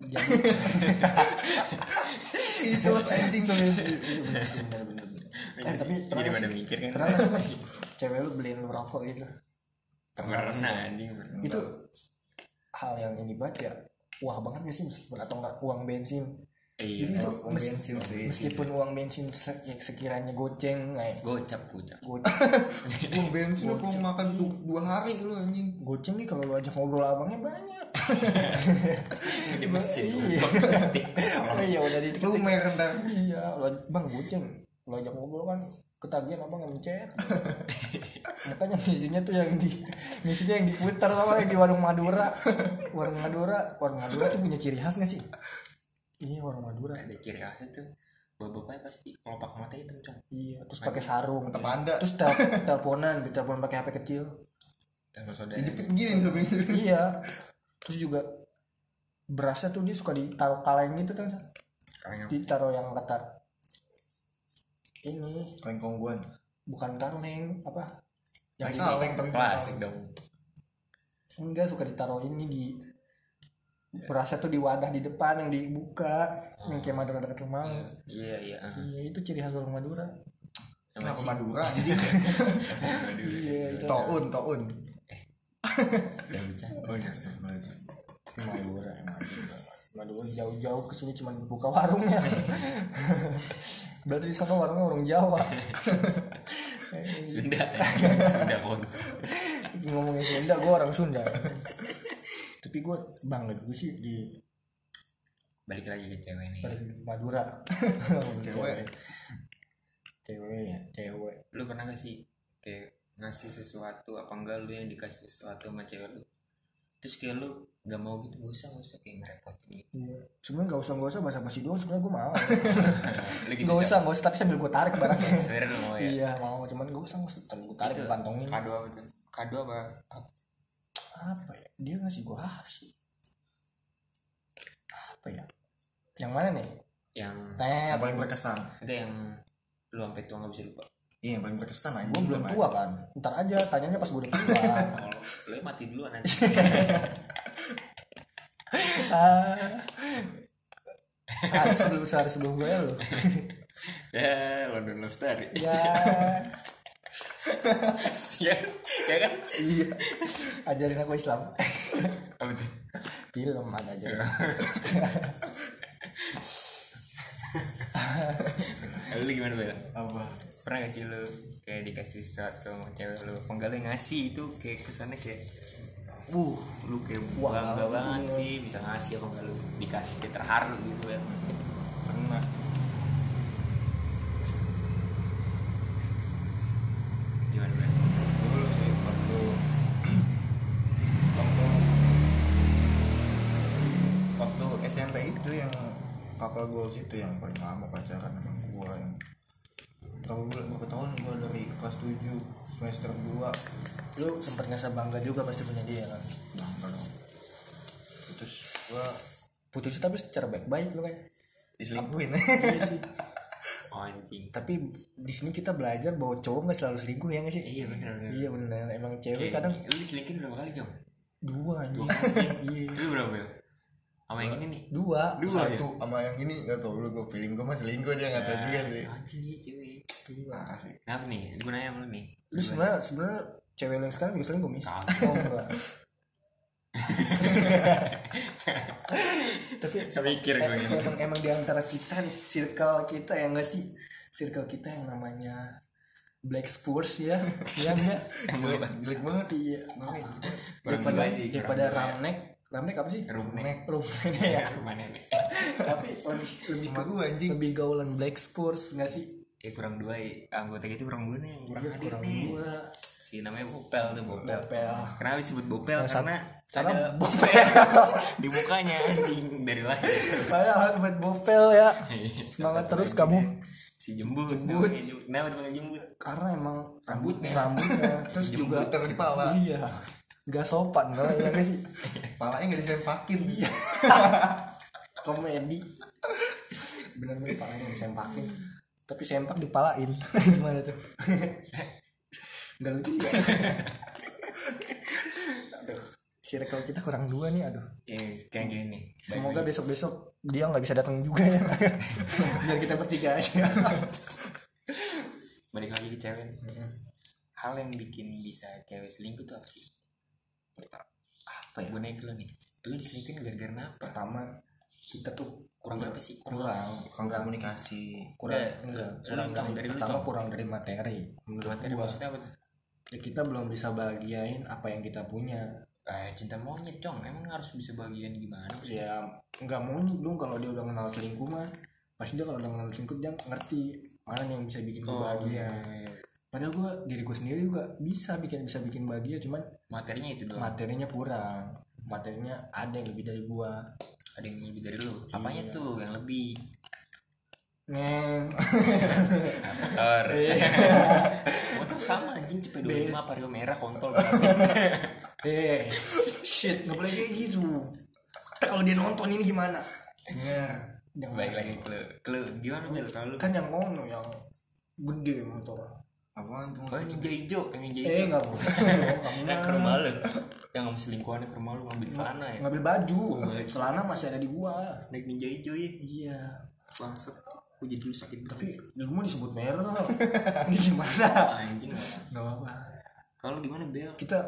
Speaker 2: Iya,
Speaker 1: Ih, jelas anjing
Speaker 2: iya, Eh, tapi pernah
Speaker 3: Iya, jadi
Speaker 2: nggak
Speaker 3: pada
Speaker 2: sih-
Speaker 3: mikir kan
Speaker 2: pernah nggak sih Pak, cewek lu beliin lu rokok gitu?
Speaker 3: pernah anjing pernah.
Speaker 2: Itu hal yang ini banget ya. Wah banget gak sih meskipun atau nggak uang bensin.
Speaker 3: iya
Speaker 2: Jadi itu
Speaker 1: uang
Speaker 2: mes-
Speaker 1: bensin sih.
Speaker 2: meskipun uang bensin se- ya sekiranya goceng, eh,
Speaker 3: gocap gocap
Speaker 2: go-
Speaker 1: Uang bensin lu mau makan tuh dua hari lu anjing
Speaker 2: goceng nih kalau lu ajak ngobrol abangnya banyak.
Speaker 3: di masjid
Speaker 2: Iya. oh iya udah di
Speaker 1: lu main rendah
Speaker 2: Iya, lo bang goceng, lo ajak ngobrol kan ketagihan apa nggak mencet? Makanya ngisinya tuh yang di ngisinya yang diputar sama yang di warung Madura. Warung Madura, warung Madura tuh punya ciri khas nggak sih? Iya warung Madura.
Speaker 3: ada ciri khasnya tuh bapak-bapaknya pasti kelopak mata hitam cong
Speaker 2: Iya, terus pakai sarung.
Speaker 1: Mata panda.
Speaker 2: Terus tel teleponan, telepon pakai HP kecil.
Speaker 3: sama saudara
Speaker 1: dijepit gini sebenarnya
Speaker 2: iya. Terus juga berasnya tuh dia suka ditaruh kaleng gitu kan. Sa.
Speaker 3: kaleng
Speaker 2: Ditaruh yang ketat. Ini
Speaker 1: kaleng kongguan
Speaker 2: bukan kaleng apa?
Speaker 1: yang kaleng tapi
Speaker 3: plastik dong
Speaker 2: enggak suka ditaruh ini di berasa tuh di wadah di depan yang dibuka yang kayak madura rumah
Speaker 3: iya iya
Speaker 2: iya itu ciri khas orang madura
Speaker 1: Kenapa Madura anjing?
Speaker 2: iya itu
Speaker 1: Toun, toun.
Speaker 3: yang bercanda
Speaker 1: Oh iya, astagfirullahaladzim.
Speaker 2: madura madura madura jauh-jauh kesini cuma buka warungnya berarti di sana warungnya warung jawa Iya.
Speaker 3: Sunda Sunda kontol
Speaker 2: ngomongin Sunda gue orang Sunda tapi gue bangga juga sih di
Speaker 3: balik lagi ke cewek ini
Speaker 2: Madura
Speaker 1: Cewek.
Speaker 2: cewek ya cewek
Speaker 3: lu pernah gak sih kayak ngasih sesuatu apa enggak lu yang dikasih sesuatu sama cewek lu terus kayak lu nggak mau gitu gak usah gak usah kayak ngerepotin gitu
Speaker 2: Iya. Sebenarnya gak usah gak usah bahasa basi doang sebenarnya gue mau.
Speaker 3: lu gitu
Speaker 2: gak usah gak usah tapi sambil gue tarik
Speaker 3: Cak.
Speaker 2: barangnya.
Speaker 3: sebenernya lu mau ya
Speaker 2: iya Gitu. Kan. mau cuman gak usah gak usah tapi gue tarik
Speaker 3: Itu
Speaker 2: gue kantongin.
Speaker 3: kado apa tuh kado apa apa?
Speaker 2: Apa ya? Dia ngasih gue apa sih? Apa ya? Yang mana nih?
Speaker 3: yang
Speaker 2: Tet.
Speaker 1: Yang paling berkesan.
Speaker 3: enggak yang lu sampai tua nggak bisa lupa
Speaker 1: Iya, yang paling berkesan aja.
Speaker 2: Gue belum tua kan. Ntar aja tanyanya pas gue udah tua.
Speaker 3: kalau lu mati duluan nanti
Speaker 2: Ah. sehari sebelum sehari sebelum gue ya lo.
Speaker 3: ya London Love Story
Speaker 2: Ya.
Speaker 3: ya ya kan
Speaker 2: Iya. Ajarin aku Islam.
Speaker 3: apa tuh
Speaker 2: film ada aja
Speaker 3: lu gimana bel
Speaker 1: Apa?
Speaker 3: pernah gak sih lu kayak dikasih sesuatu sama cewek lu penggali ngasih itu kayak kesannya kayak uh lu kayak bangga banget sih bisa ngasih apa enggak lu dikasih kayak terharu gitu ya
Speaker 1: Pernah.
Speaker 3: gimana bel
Speaker 1: Dulu sih, waktu... waktu... Waktu SMP itu yang couple goals itu yang paling lama pacaran sama gua yang berapa bulan berapa tahun gua dari kelas 7 semester Nah, 2
Speaker 2: lu sempet ngerasa bangga juga pasti punya dia kan
Speaker 1: bangga dong terus gua
Speaker 2: putus tapi secara baik-baik lu kan
Speaker 1: diselingkuhin
Speaker 2: iya sih
Speaker 3: oh, anjing
Speaker 2: tapi di sini kita belajar bahwa cowok nggak selalu selingkuh ya nggak sih
Speaker 3: iya bener bener
Speaker 2: iya benar emang cewek
Speaker 3: Kayak-
Speaker 2: kadang
Speaker 3: lu diselingkin berapa kali jong
Speaker 2: dua anjing iya
Speaker 3: lu berapa bel sama yang ini nih
Speaker 2: dua
Speaker 1: satu sama yang ini gak tau lu gue feeling gue mah selingkuh dia gak tau juga
Speaker 2: ya?
Speaker 1: sih Nah,
Speaker 3: anjing iya cewek
Speaker 1: parah sih
Speaker 3: kenapa nih gue nanya sama lu nih
Speaker 2: lu sebenarnya sebenarnya cewek lu yang sekarang juga selingkuh mis
Speaker 3: Kagak.
Speaker 2: oh enggak tapi
Speaker 3: Mikir gue ini.
Speaker 2: emang, emang di antara kita nih, circle kita ya nggak sih circle kita yang namanya Black Spurs ya ya enggak
Speaker 1: jelek jelek banget
Speaker 2: iya
Speaker 1: Ngapain?
Speaker 3: Kurang
Speaker 2: daripada
Speaker 3: gila sih, kurang
Speaker 2: daripada
Speaker 3: gila.
Speaker 2: Ramnek Ramnek apa sih
Speaker 3: rumah
Speaker 2: Rumnek ya
Speaker 3: rumah nenek
Speaker 2: tapi lebih lebih
Speaker 1: Sama gua, anjing.
Speaker 2: lebih gaulan Black Spurs nggak sih
Speaker 3: ya kurang dua ya. anggota kita kurang dua nih yang kurang hadir
Speaker 2: Iya, kurang
Speaker 3: nih
Speaker 2: dua
Speaker 3: si namanya Bopel tuh Bopel.
Speaker 2: Bopel.
Speaker 3: Kenapa disebut Bopel? karena
Speaker 2: karena
Speaker 3: ada Bopel di mukanya anjing dari lahir.
Speaker 2: Padahal buat bofel ya. Semangat terus kamu.
Speaker 3: Si jembut. Jembut. Kenapa dipanggil jembut?
Speaker 2: Karena emang rambutnya, rambutnya terus juga
Speaker 1: Puter di pala
Speaker 2: iya. Gak sopan kalau ya nggak sih.
Speaker 1: palanya gak disempakin
Speaker 2: Komedi. Bener-bener palanya disempakin. Tapi sempak dipalain. Gimana tuh? Gak lucu ya. aduh. Circle kita kurang dua nih aduh.
Speaker 3: Ya, kayak gini nih.
Speaker 2: Semoga besok-besok dia nggak bisa datang juga ya. Biar kita bertiga aja.
Speaker 3: Balik lagi ke cewek. nih. Hal yang bikin bisa cewek selingkuh tuh apa sih? Apa ya? Gue naik lu nih. Lu diselingkuhin gara-gara apa?
Speaker 2: Pertama kita tuh
Speaker 3: Kurang berapa sih? Kurang
Speaker 2: kurang
Speaker 1: kurang komunikasi
Speaker 2: kurang
Speaker 3: Enggak,
Speaker 2: Eh, enggak,
Speaker 3: lu
Speaker 2: kurang
Speaker 3: tong,
Speaker 2: dari,
Speaker 3: dari lu
Speaker 2: pertama
Speaker 3: tong.
Speaker 2: kurang dari materi menurut
Speaker 3: materi
Speaker 2: gua
Speaker 3: maksudnya apa tuh?
Speaker 2: ya kita belum bisa bahagiain apa yang kita punya
Speaker 3: Eh, cinta monyet dong, emang harus bisa bagian gimana?
Speaker 2: ya nggak mau dong kalau dia udah kenal selingkuh mah pasti dia kalau udah kenal selingkuh dia ngerti mana nih yang bisa bikin gue bahagia padahal gua diri gue sendiri juga bisa bikin bisa bikin bahagia cuman
Speaker 3: Materinya itu doang.
Speaker 2: materinya kurang materinya ada yang lebih dari gua
Speaker 3: ada yang lebih dari lu
Speaker 2: Iya.
Speaker 3: apanya tuh yang lebih
Speaker 2: Ngeng.
Speaker 3: motor motor Oh, sama anjing cepet dua lima vario merah kontol
Speaker 2: eh shit nggak boleh kayak gitu Ntar kalau dia nonton ini gimana Iya.
Speaker 1: bener
Speaker 2: Jangan
Speaker 3: baik lagi ke lu Ke lu gimana bel kalau lu
Speaker 2: kan yang ngono yang gede motor
Speaker 1: apaan tuh
Speaker 3: oh ninja hijau yang ninja
Speaker 2: eh nggak
Speaker 3: hijau
Speaker 2: boleh kamu
Speaker 3: eh,
Speaker 2: mah
Speaker 3: ke rumah lu yang sama selingkuhannya ke rumah lu ngambil celana ya
Speaker 2: ngambil baju celana masih ada di gua
Speaker 3: naik ninja hijau ya
Speaker 2: iya
Speaker 3: bangsat aku jadi dulu sakit banget
Speaker 2: tapi di rumah disebut merah ini gimana
Speaker 3: anjing
Speaker 2: nggak apa
Speaker 3: kalau gimana bel
Speaker 2: kita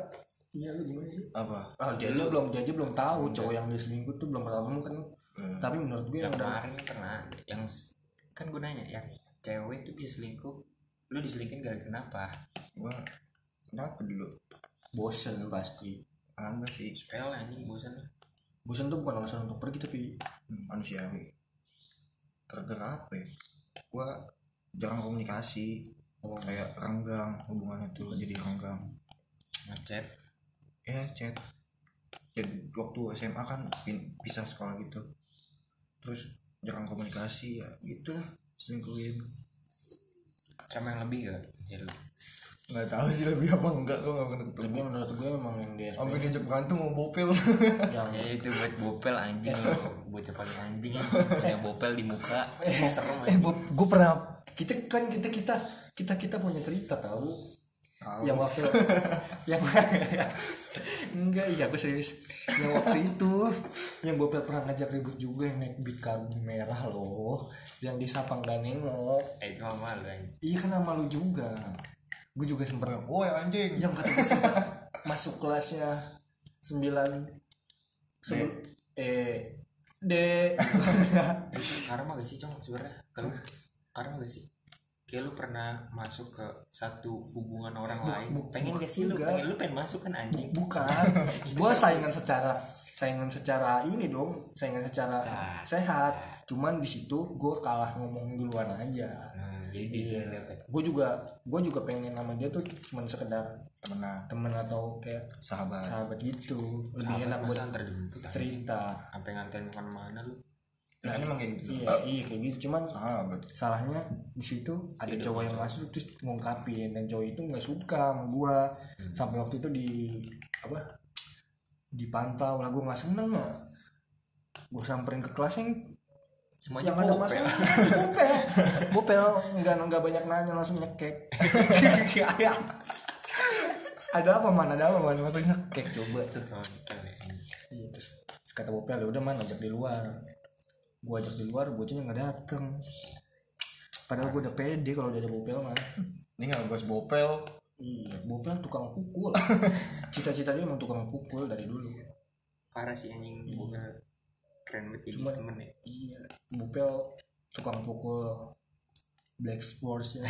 Speaker 2: iya lu gimana sih Iya.
Speaker 1: apa
Speaker 2: ah dia aja belum dia aja belum tahu cowok yang dia selingkuh tuh belum pernah ketemu kan
Speaker 1: Hmm.
Speaker 2: tapi menurut gue yang udah
Speaker 3: yang kemarin kan pernah yang s- kan gue nanya yang cewek tuh bisa selingkuh lu diselingkuhin gara kenapa
Speaker 1: gua kenapa dulu
Speaker 2: bosen pasti
Speaker 1: ah enggak sih
Speaker 3: pel anjing bosan lah
Speaker 2: bosen tuh bukan alasan untuk pergi tapi
Speaker 1: Hmm, manusiawi gara-gara apa ya gua jarang komunikasi kayak renggang hubungannya tuh jadi renggang
Speaker 3: ngechat
Speaker 1: ya chat jadi waktu SMA kan pin- pisah sekolah gitu terus jarang komunikasi ya gitulah selingkuhin
Speaker 3: sama yang lebih gak ya lu
Speaker 1: nggak tahu sih lebih apa enggak gua nggak pernah ketemu
Speaker 2: tapi menurut gue emang yang dia
Speaker 1: sampai diajak berantem mau bopel
Speaker 2: yang
Speaker 3: ya itu buat bopel anjing bocah paling anjing yang bopel di muka serem
Speaker 2: eh
Speaker 3: anjing
Speaker 2: Bob, gue pernah kita kan kita kita kita kita punya cerita tahu
Speaker 1: Tahu. Ya,
Speaker 2: yang waktu yang enggak iya aku serius yang waktu itu yang gue pernah ngajak ribut juga yang naik beat karbu merah loh yang di Sapang dan nengok
Speaker 3: eh itu mama lu anjing
Speaker 2: iya kan sama lu juga gue juga sempet
Speaker 1: woi anjing
Speaker 2: yang kata gue sempet masuk kelasnya sembilan sebelum eh D
Speaker 3: karma gak sih cong sebenarnya kalau karma gak sih kayak lu pernah masuk ke satu hubungan orang lain pengen gak sih lu
Speaker 2: enggak.
Speaker 3: pengen lu pengen masuk kan anjing
Speaker 2: bukan gue saingan secara saingan secara ini dong saingan secara
Speaker 3: Sehat. Iya.
Speaker 2: sehat cuman di situ gue kalah ngomong duluan aja
Speaker 3: nah, jadi
Speaker 2: Iya.
Speaker 3: dia dapat
Speaker 2: gue juga gue juga pengen sama dia tuh cuman sekedar
Speaker 1: temenan
Speaker 2: temen atau kayak
Speaker 1: sahabat
Speaker 2: sahabat gitu lebih
Speaker 3: Sahabat
Speaker 2: enak buat
Speaker 3: masa antar jemput anjing
Speaker 2: cerita
Speaker 3: sampai nganterin kan mana lu
Speaker 1: ya kan emang kayak gitu
Speaker 2: iya iya kayak gitu cuman
Speaker 1: sahabat
Speaker 2: salahnya di situ ada cowok yang masuk terus ngungkapin dan cowok itu nggak suka sama gua sampai waktu itu di apa dipantau lah gua nggak seneng lah gua samperin ke kelas yang yang
Speaker 3: Emangnya
Speaker 2: ada
Speaker 3: bopel.
Speaker 2: masalah bopel bopel nggak nggak banyak nanya langsung nyekek Kayak, ada apa man ada apa man langsung nyekek coba tuh
Speaker 3: Oh, bukan, ya, anjing.
Speaker 2: Iya, terus, terus kata Bopel ya udah man ajak di luar gua ajak di luar bocahnya nggak dateng padahal gua udah pede kalau udah ada Bopel mah
Speaker 1: ini nggak bos bopel
Speaker 2: iya Bopel tukang pukul cita-cita dia emang tukang pukul dari dulu
Speaker 3: parah sih anjing bunga keren banget jadi temen ya
Speaker 2: iya Bopel tukang pukul Black Spurs ya.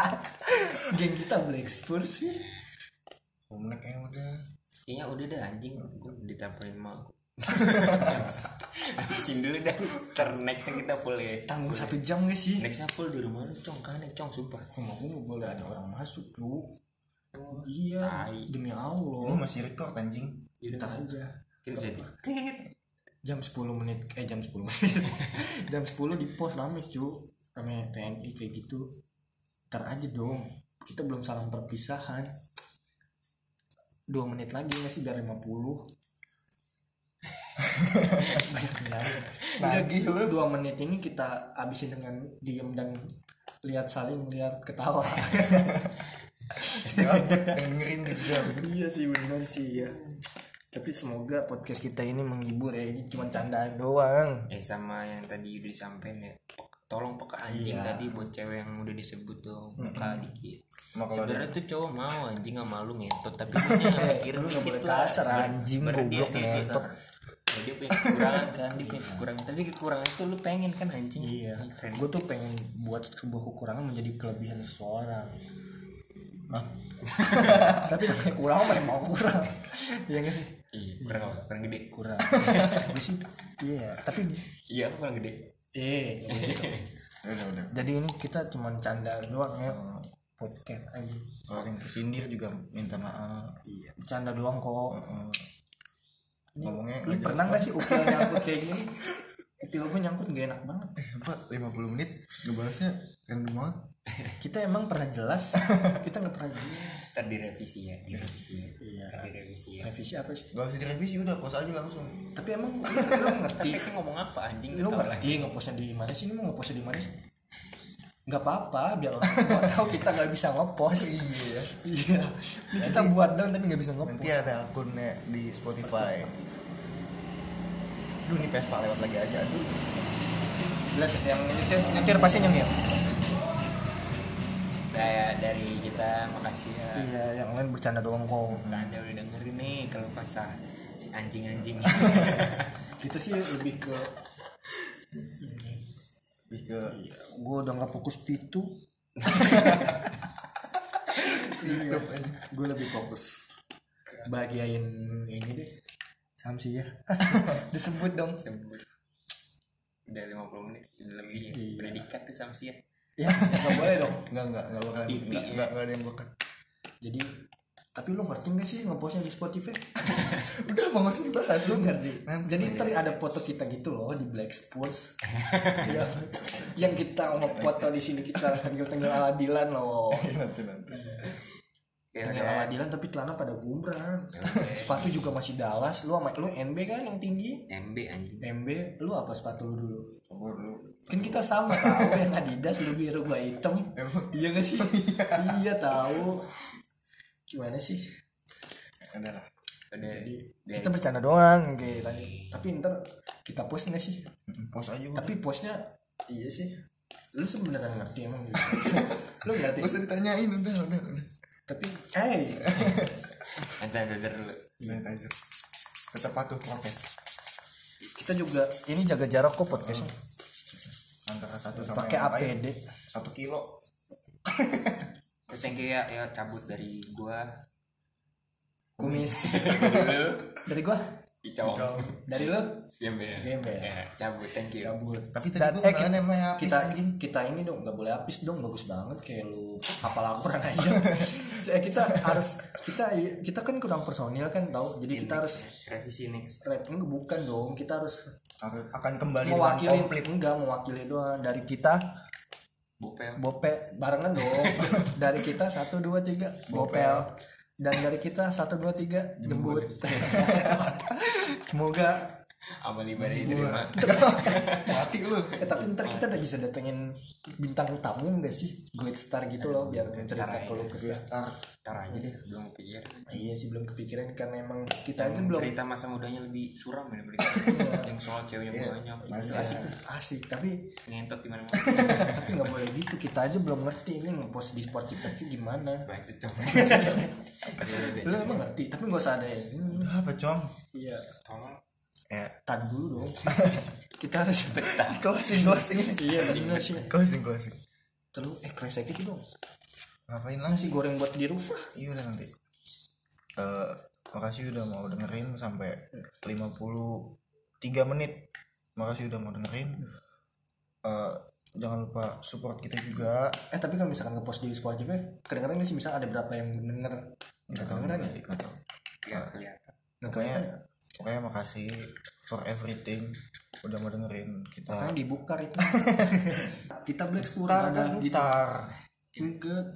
Speaker 2: geng kita Black Spurs sih
Speaker 1: Umnek ya udah
Speaker 3: kayaknya udah dah anjing gue ditamparin mal habisin dulu dah ter nextnya kita full ya
Speaker 2: tanggung satu jam gak sih
Speaker 3: nextnya full di rumah lu cong kan cong sumpah
Speaker 2: rumah gua nggak boleh ada orang masuk lu
Speaker 3: Oh,
Speaker 2: iya
Speaker 3: Tai. Iya, kan?
Speaker 2: demi
Speaker 1: ini
Speaker 2: Allah
Speaker 1: Oh, masih record anjing
Speaker 3: yaudah
Speaker 2: Ntar aja
Speaker 3: kita Gitu jadi
Speaker 2: jam 10 menit eh jam 10 menit jam 10 di pos rame cu rame TNI kayak gitu ntar aja dong kita belum salam perpisahan dua menit lagi nggak sih biar 50 banyak banget
Speaker 1: Lagi lu.
Speaker 2: Nah, dua menit ini kita habisin dengan diem dan lihat saling lihat ketawa
Speaker 1: Ya, yang dengerin juga
Speaker 2: iya sih benar sih ya tapi semoga podcast kita ini menghibur ya ini cuma candaan doang
Speaker 3: eh sama yang tadi udah disampaikan ya tolong peka
Speaker 2: Iya.
Speaker 3: anjing tadi buat cewek yang udah disebut dong peka dikit
Speaker 1: Sama kalau ada-
Speaker 3: sebenarnya tuh cowok mau anjing sama lu ngentot tapi gue mikir
Speaker 2: Eh, nggak
Speaker 3: lu dikit
Speaker 2: boleh
Speaker 3: gitu lah.
Speaker 2: kasar,
Speaker 3: Sebenarnya-
Speaker 2: anjing,
Speaker 3: sebenarnya dia-
Speaker 2: goblok,
Speaker 3: dia- dia-
Speaker 2: ngentot.
Speaker 3: Ya, dia punya kekurangan kan dia punya kekurangan tapi kekurangan itu lu pengen kan anjing
Speaker 2: Iya,
Speaker 3: Ih, keren
Speaker 2: gue tuh pengen buat sebuah kekurangan menjadi kelebihan seseorang. Tapi namanya kurang mah mau kurang. Iya gak sih?
Speaker 3: iya kurang apa kurang gede
Speaker 2: Kurang. Gue sih iya, tapi
Speaker 3: iya aku kurang gede
Speaker 2: eh nggak boleh gitu.
Speaker 1: Ya udah udah
Speaker 2: jadi ini kita cuman canda doang ya podcast aja.
Speaker 1: kalau yang kesindir juga minta maaf
Speaker 2: Iya, canda doang kok.
Speaker 1: Heeh. ngomongnya nggak
Speaker 2: Lu
Speaker 1: jelas.
Speaker 2: pernah gak sih upil nyangkut kayak gini? Upil gue nyangkut gak enak banget.
Speaker 1: Eh, sempat 50 menit ngebahasnya random banget
Speaker 2: Kita emang pernah jelas, kita nggak pernah jelas.
Speaker 3: ntar direvisi ya direvisi ya
Speaker 2: Iya.
Speaker 3: ntar direvisi ya
Speaker 2: Revisi apa sih?
Speaker 1: gak usah direvisi udah pos aja langsung
Speaker 2: Tapi emang lu, lu
Speaker 3: ntar
Speaker 2: ngerti
Speaker 3: Lex ngomong apa
Speaker 2: lu
Speaker 3: anjing Nggak tahu lah.
Speaker 2: ngerti ngepostnya di mana sih lu mau ngepostnya di mana sih nggak apa-apa biar orang tua tahu kita nggak bisa ngepost
Speaker 1: iya
Speaker 2: iya kita buat down tapi nggak bisa ngepost
Speaker 1: nanti ada akunnya di Spotify Duh ini Vespa lewat lagi aja Aduh
Speaker 2: Lihat yang nyetir, nyetir pasti nyengir
Speaker 3: Kayak dari kita makasih ya.
Speaker 2: iya yang lain bercanda doang kok
Speaker 3: Nah, Anda udah dengerin nih kalau pasah si anjing-anjing.
Speaker 2: kita sih lebih ke
Speaker 1: Lebih ke
Speaker 2: gue udah nggak fokus pitu
Speaker 1: Iya.
Speaker 2: gue lebih fokus bahagiain ini deh Samsi ya disebut dong
Speaker 3: udah 50 menit udah lebih ya. Udah dikat tuh sama si ya.
Speaker 2: ya nggak boleh dong
Speaker 1: Enggak enggak enggak bakal
Speaker 3: Pipi,
Speaker 1: enggak
Speaker 3: ya.
Speaker 1: enggak enggak ada yang bakal
Speaker 2: jadi tapi lu ngerti gak sih ngepostnya di Spotify
Speaker 1: Udah mau ngasih dibahas
Speaker 2: lu ngerti
Speaker 1: Nanti.
Speaker 2: jadi ntar ada foto kita gitu loh di Black Sports yang, yang kita ngefoto di sini kita tengil-tengil aladilan loh
Speaker 1: Nanti nanti
Speaker 3: Ya,
Speaker 2: tengil
Speaker 3: udah.
Speaker 2: aladilan tapi celana pada gumbrang
Speaker 3: Ya udah.
Speaker 2: sepatu juga masih Dallas lu sama lu NB kan yang tinggi
Speaker 3: MB anjing.
Speaker 2: MB lu apa sepatu lu dulu
Speaker 1: Coba dulu
Speaker 2: kan kita sama tahu yang Adidas lu biru gua hitam iya gak sih iya tahu gimana sih
Speaker 1: Ada lah
Speaker 3: Udah. Dari,
Speaker 2: kita bercanda doang gitu tapi ntar kita post nggak sih
Speaker 1: Post aja udah
Speaker 2: tapi postnya iya sih lu sebenarnya ngerti emang gitu lu ngerti
Speaker 1: Gak usah ditanyain udah udah udah
Speaker 2: tapi eh
Speaker 3: anjing dulu.
Speaker 1: Lihat aja Tetap patuh prokes
Speaker 2: kita juga ini jaga jarak kok podcastnya
Speaker 1: Antara satu sama
Speaker 2: pakai
Speaker 1: yang lain
Speaker 2: APD
Speaker 1: Satu kilo
Speaker 3: Terus thank you ya, ya cabut dari gua.
Speaker 2: kumis
Speaker 3: Dulu.
Speaker 2: dari gua
Speaker 3: Kicau.
Speaker 2: dari lu
Speaker 3: Game ya.
Speaker 2: Game ya.
Speaker 3: Cabut, thank you.
Speaker 2: cabut
Speaker 1: Tapi tadi gue
Speaker 2: Dan, eh, kita,
Speaker 1: kenalan sama yang habis
Speaker 2: kita,
Speaker 1: anjing
Speaker 2: kita ini dong nggak boleh habis dong bagus banget kayak lu apa laporan aja Eh, kita harus kita kita kan kurang personil kan tau jadi
Speaker 1: Iya.
Speaker 2: kita harus
Speaker 3: Revisi next.
Speaker 2: rap enggak bukan dong kita harus
Speaker 1: Akan- Akan kembali dengan
Speaker 2: mewakili
Speaker 1: komplit
Speaker 2: enggak mewakili doang dari kita
Speaker 3: Bopel.
Speaker 2: bopel barengan dong dari kita satu dua tiga bopel dan dari kita satu dua tiga jembut semoga
Speaker 3: Sama lima dari terima.
Speaker 1: Mati lu
Speaker 2: eh, tapi ntar kita udah bisa datengin bintang tamu enggak sih great star gitu loh biar cerita kalau kesah
Speaker 1: Star
Speaker 3: Ntar aja deh, belum pikir.
Speaker 2: iya sih belum kepikiran karena emang kita aja belum
Speaker 3: Cerita masa mudanya lebih suram ya daripada yang soal ceweknya banyak. Itu asik tuh.
Speaker 2: asik tapi
Speaker 3: ngentot di mana
Speaker 2: tapi nggak boleh gitu kita aja belum ngerti ini ngepost di Spotify itu gimana
Speaker 3: Banyak cecok.
Speaker 2: lu emang ngerti tapi nggak usah ada yang ini.
Speaker 1: Apa com
Speaker 2: iya
Speaker 3: Tolong.
Speaker 1: Ya
Speaker 2: tahan dulu dong kita harus
Speaker 3: Betah.
Speaker 1: Closing closing
Speaker 2: iya bener sih
Speaker 1: Closing closing
Speaker 2: terus eh kresek itu dong
Speaker 1: Ngapain lah
Speaker 2: nasi goreng buat di rumah
Speaker 1: Iya udah nanti. Eh, makasih udah mau dengerin sampai 53 menit. Makasih udah mau dengerin. Eh, jangan lupa support kita juga.
Speaker 2: eh tapi kalau misalkan ngepost di Spotify kedengeran nggak sih misal ada berapa yang denger
Speaker 1: Enggak tahu juga sih, nggak tahu.
Speaker 3: Gak kelihatan.
Speaker 2: nah
Speaker 1: Pokoknya
Speaker 2: kayaknya
Speaker 1: pokoknya makasih for everything udah mau dengerin kita.
Speaker 2: kan dibukar itu eh, kita
Speaker 1: Ntar
Speaker 2: black spura
Speaker 1: kan
Speaker 2: ada gitu
Speaker 1: ntar.
Speaker 2: juga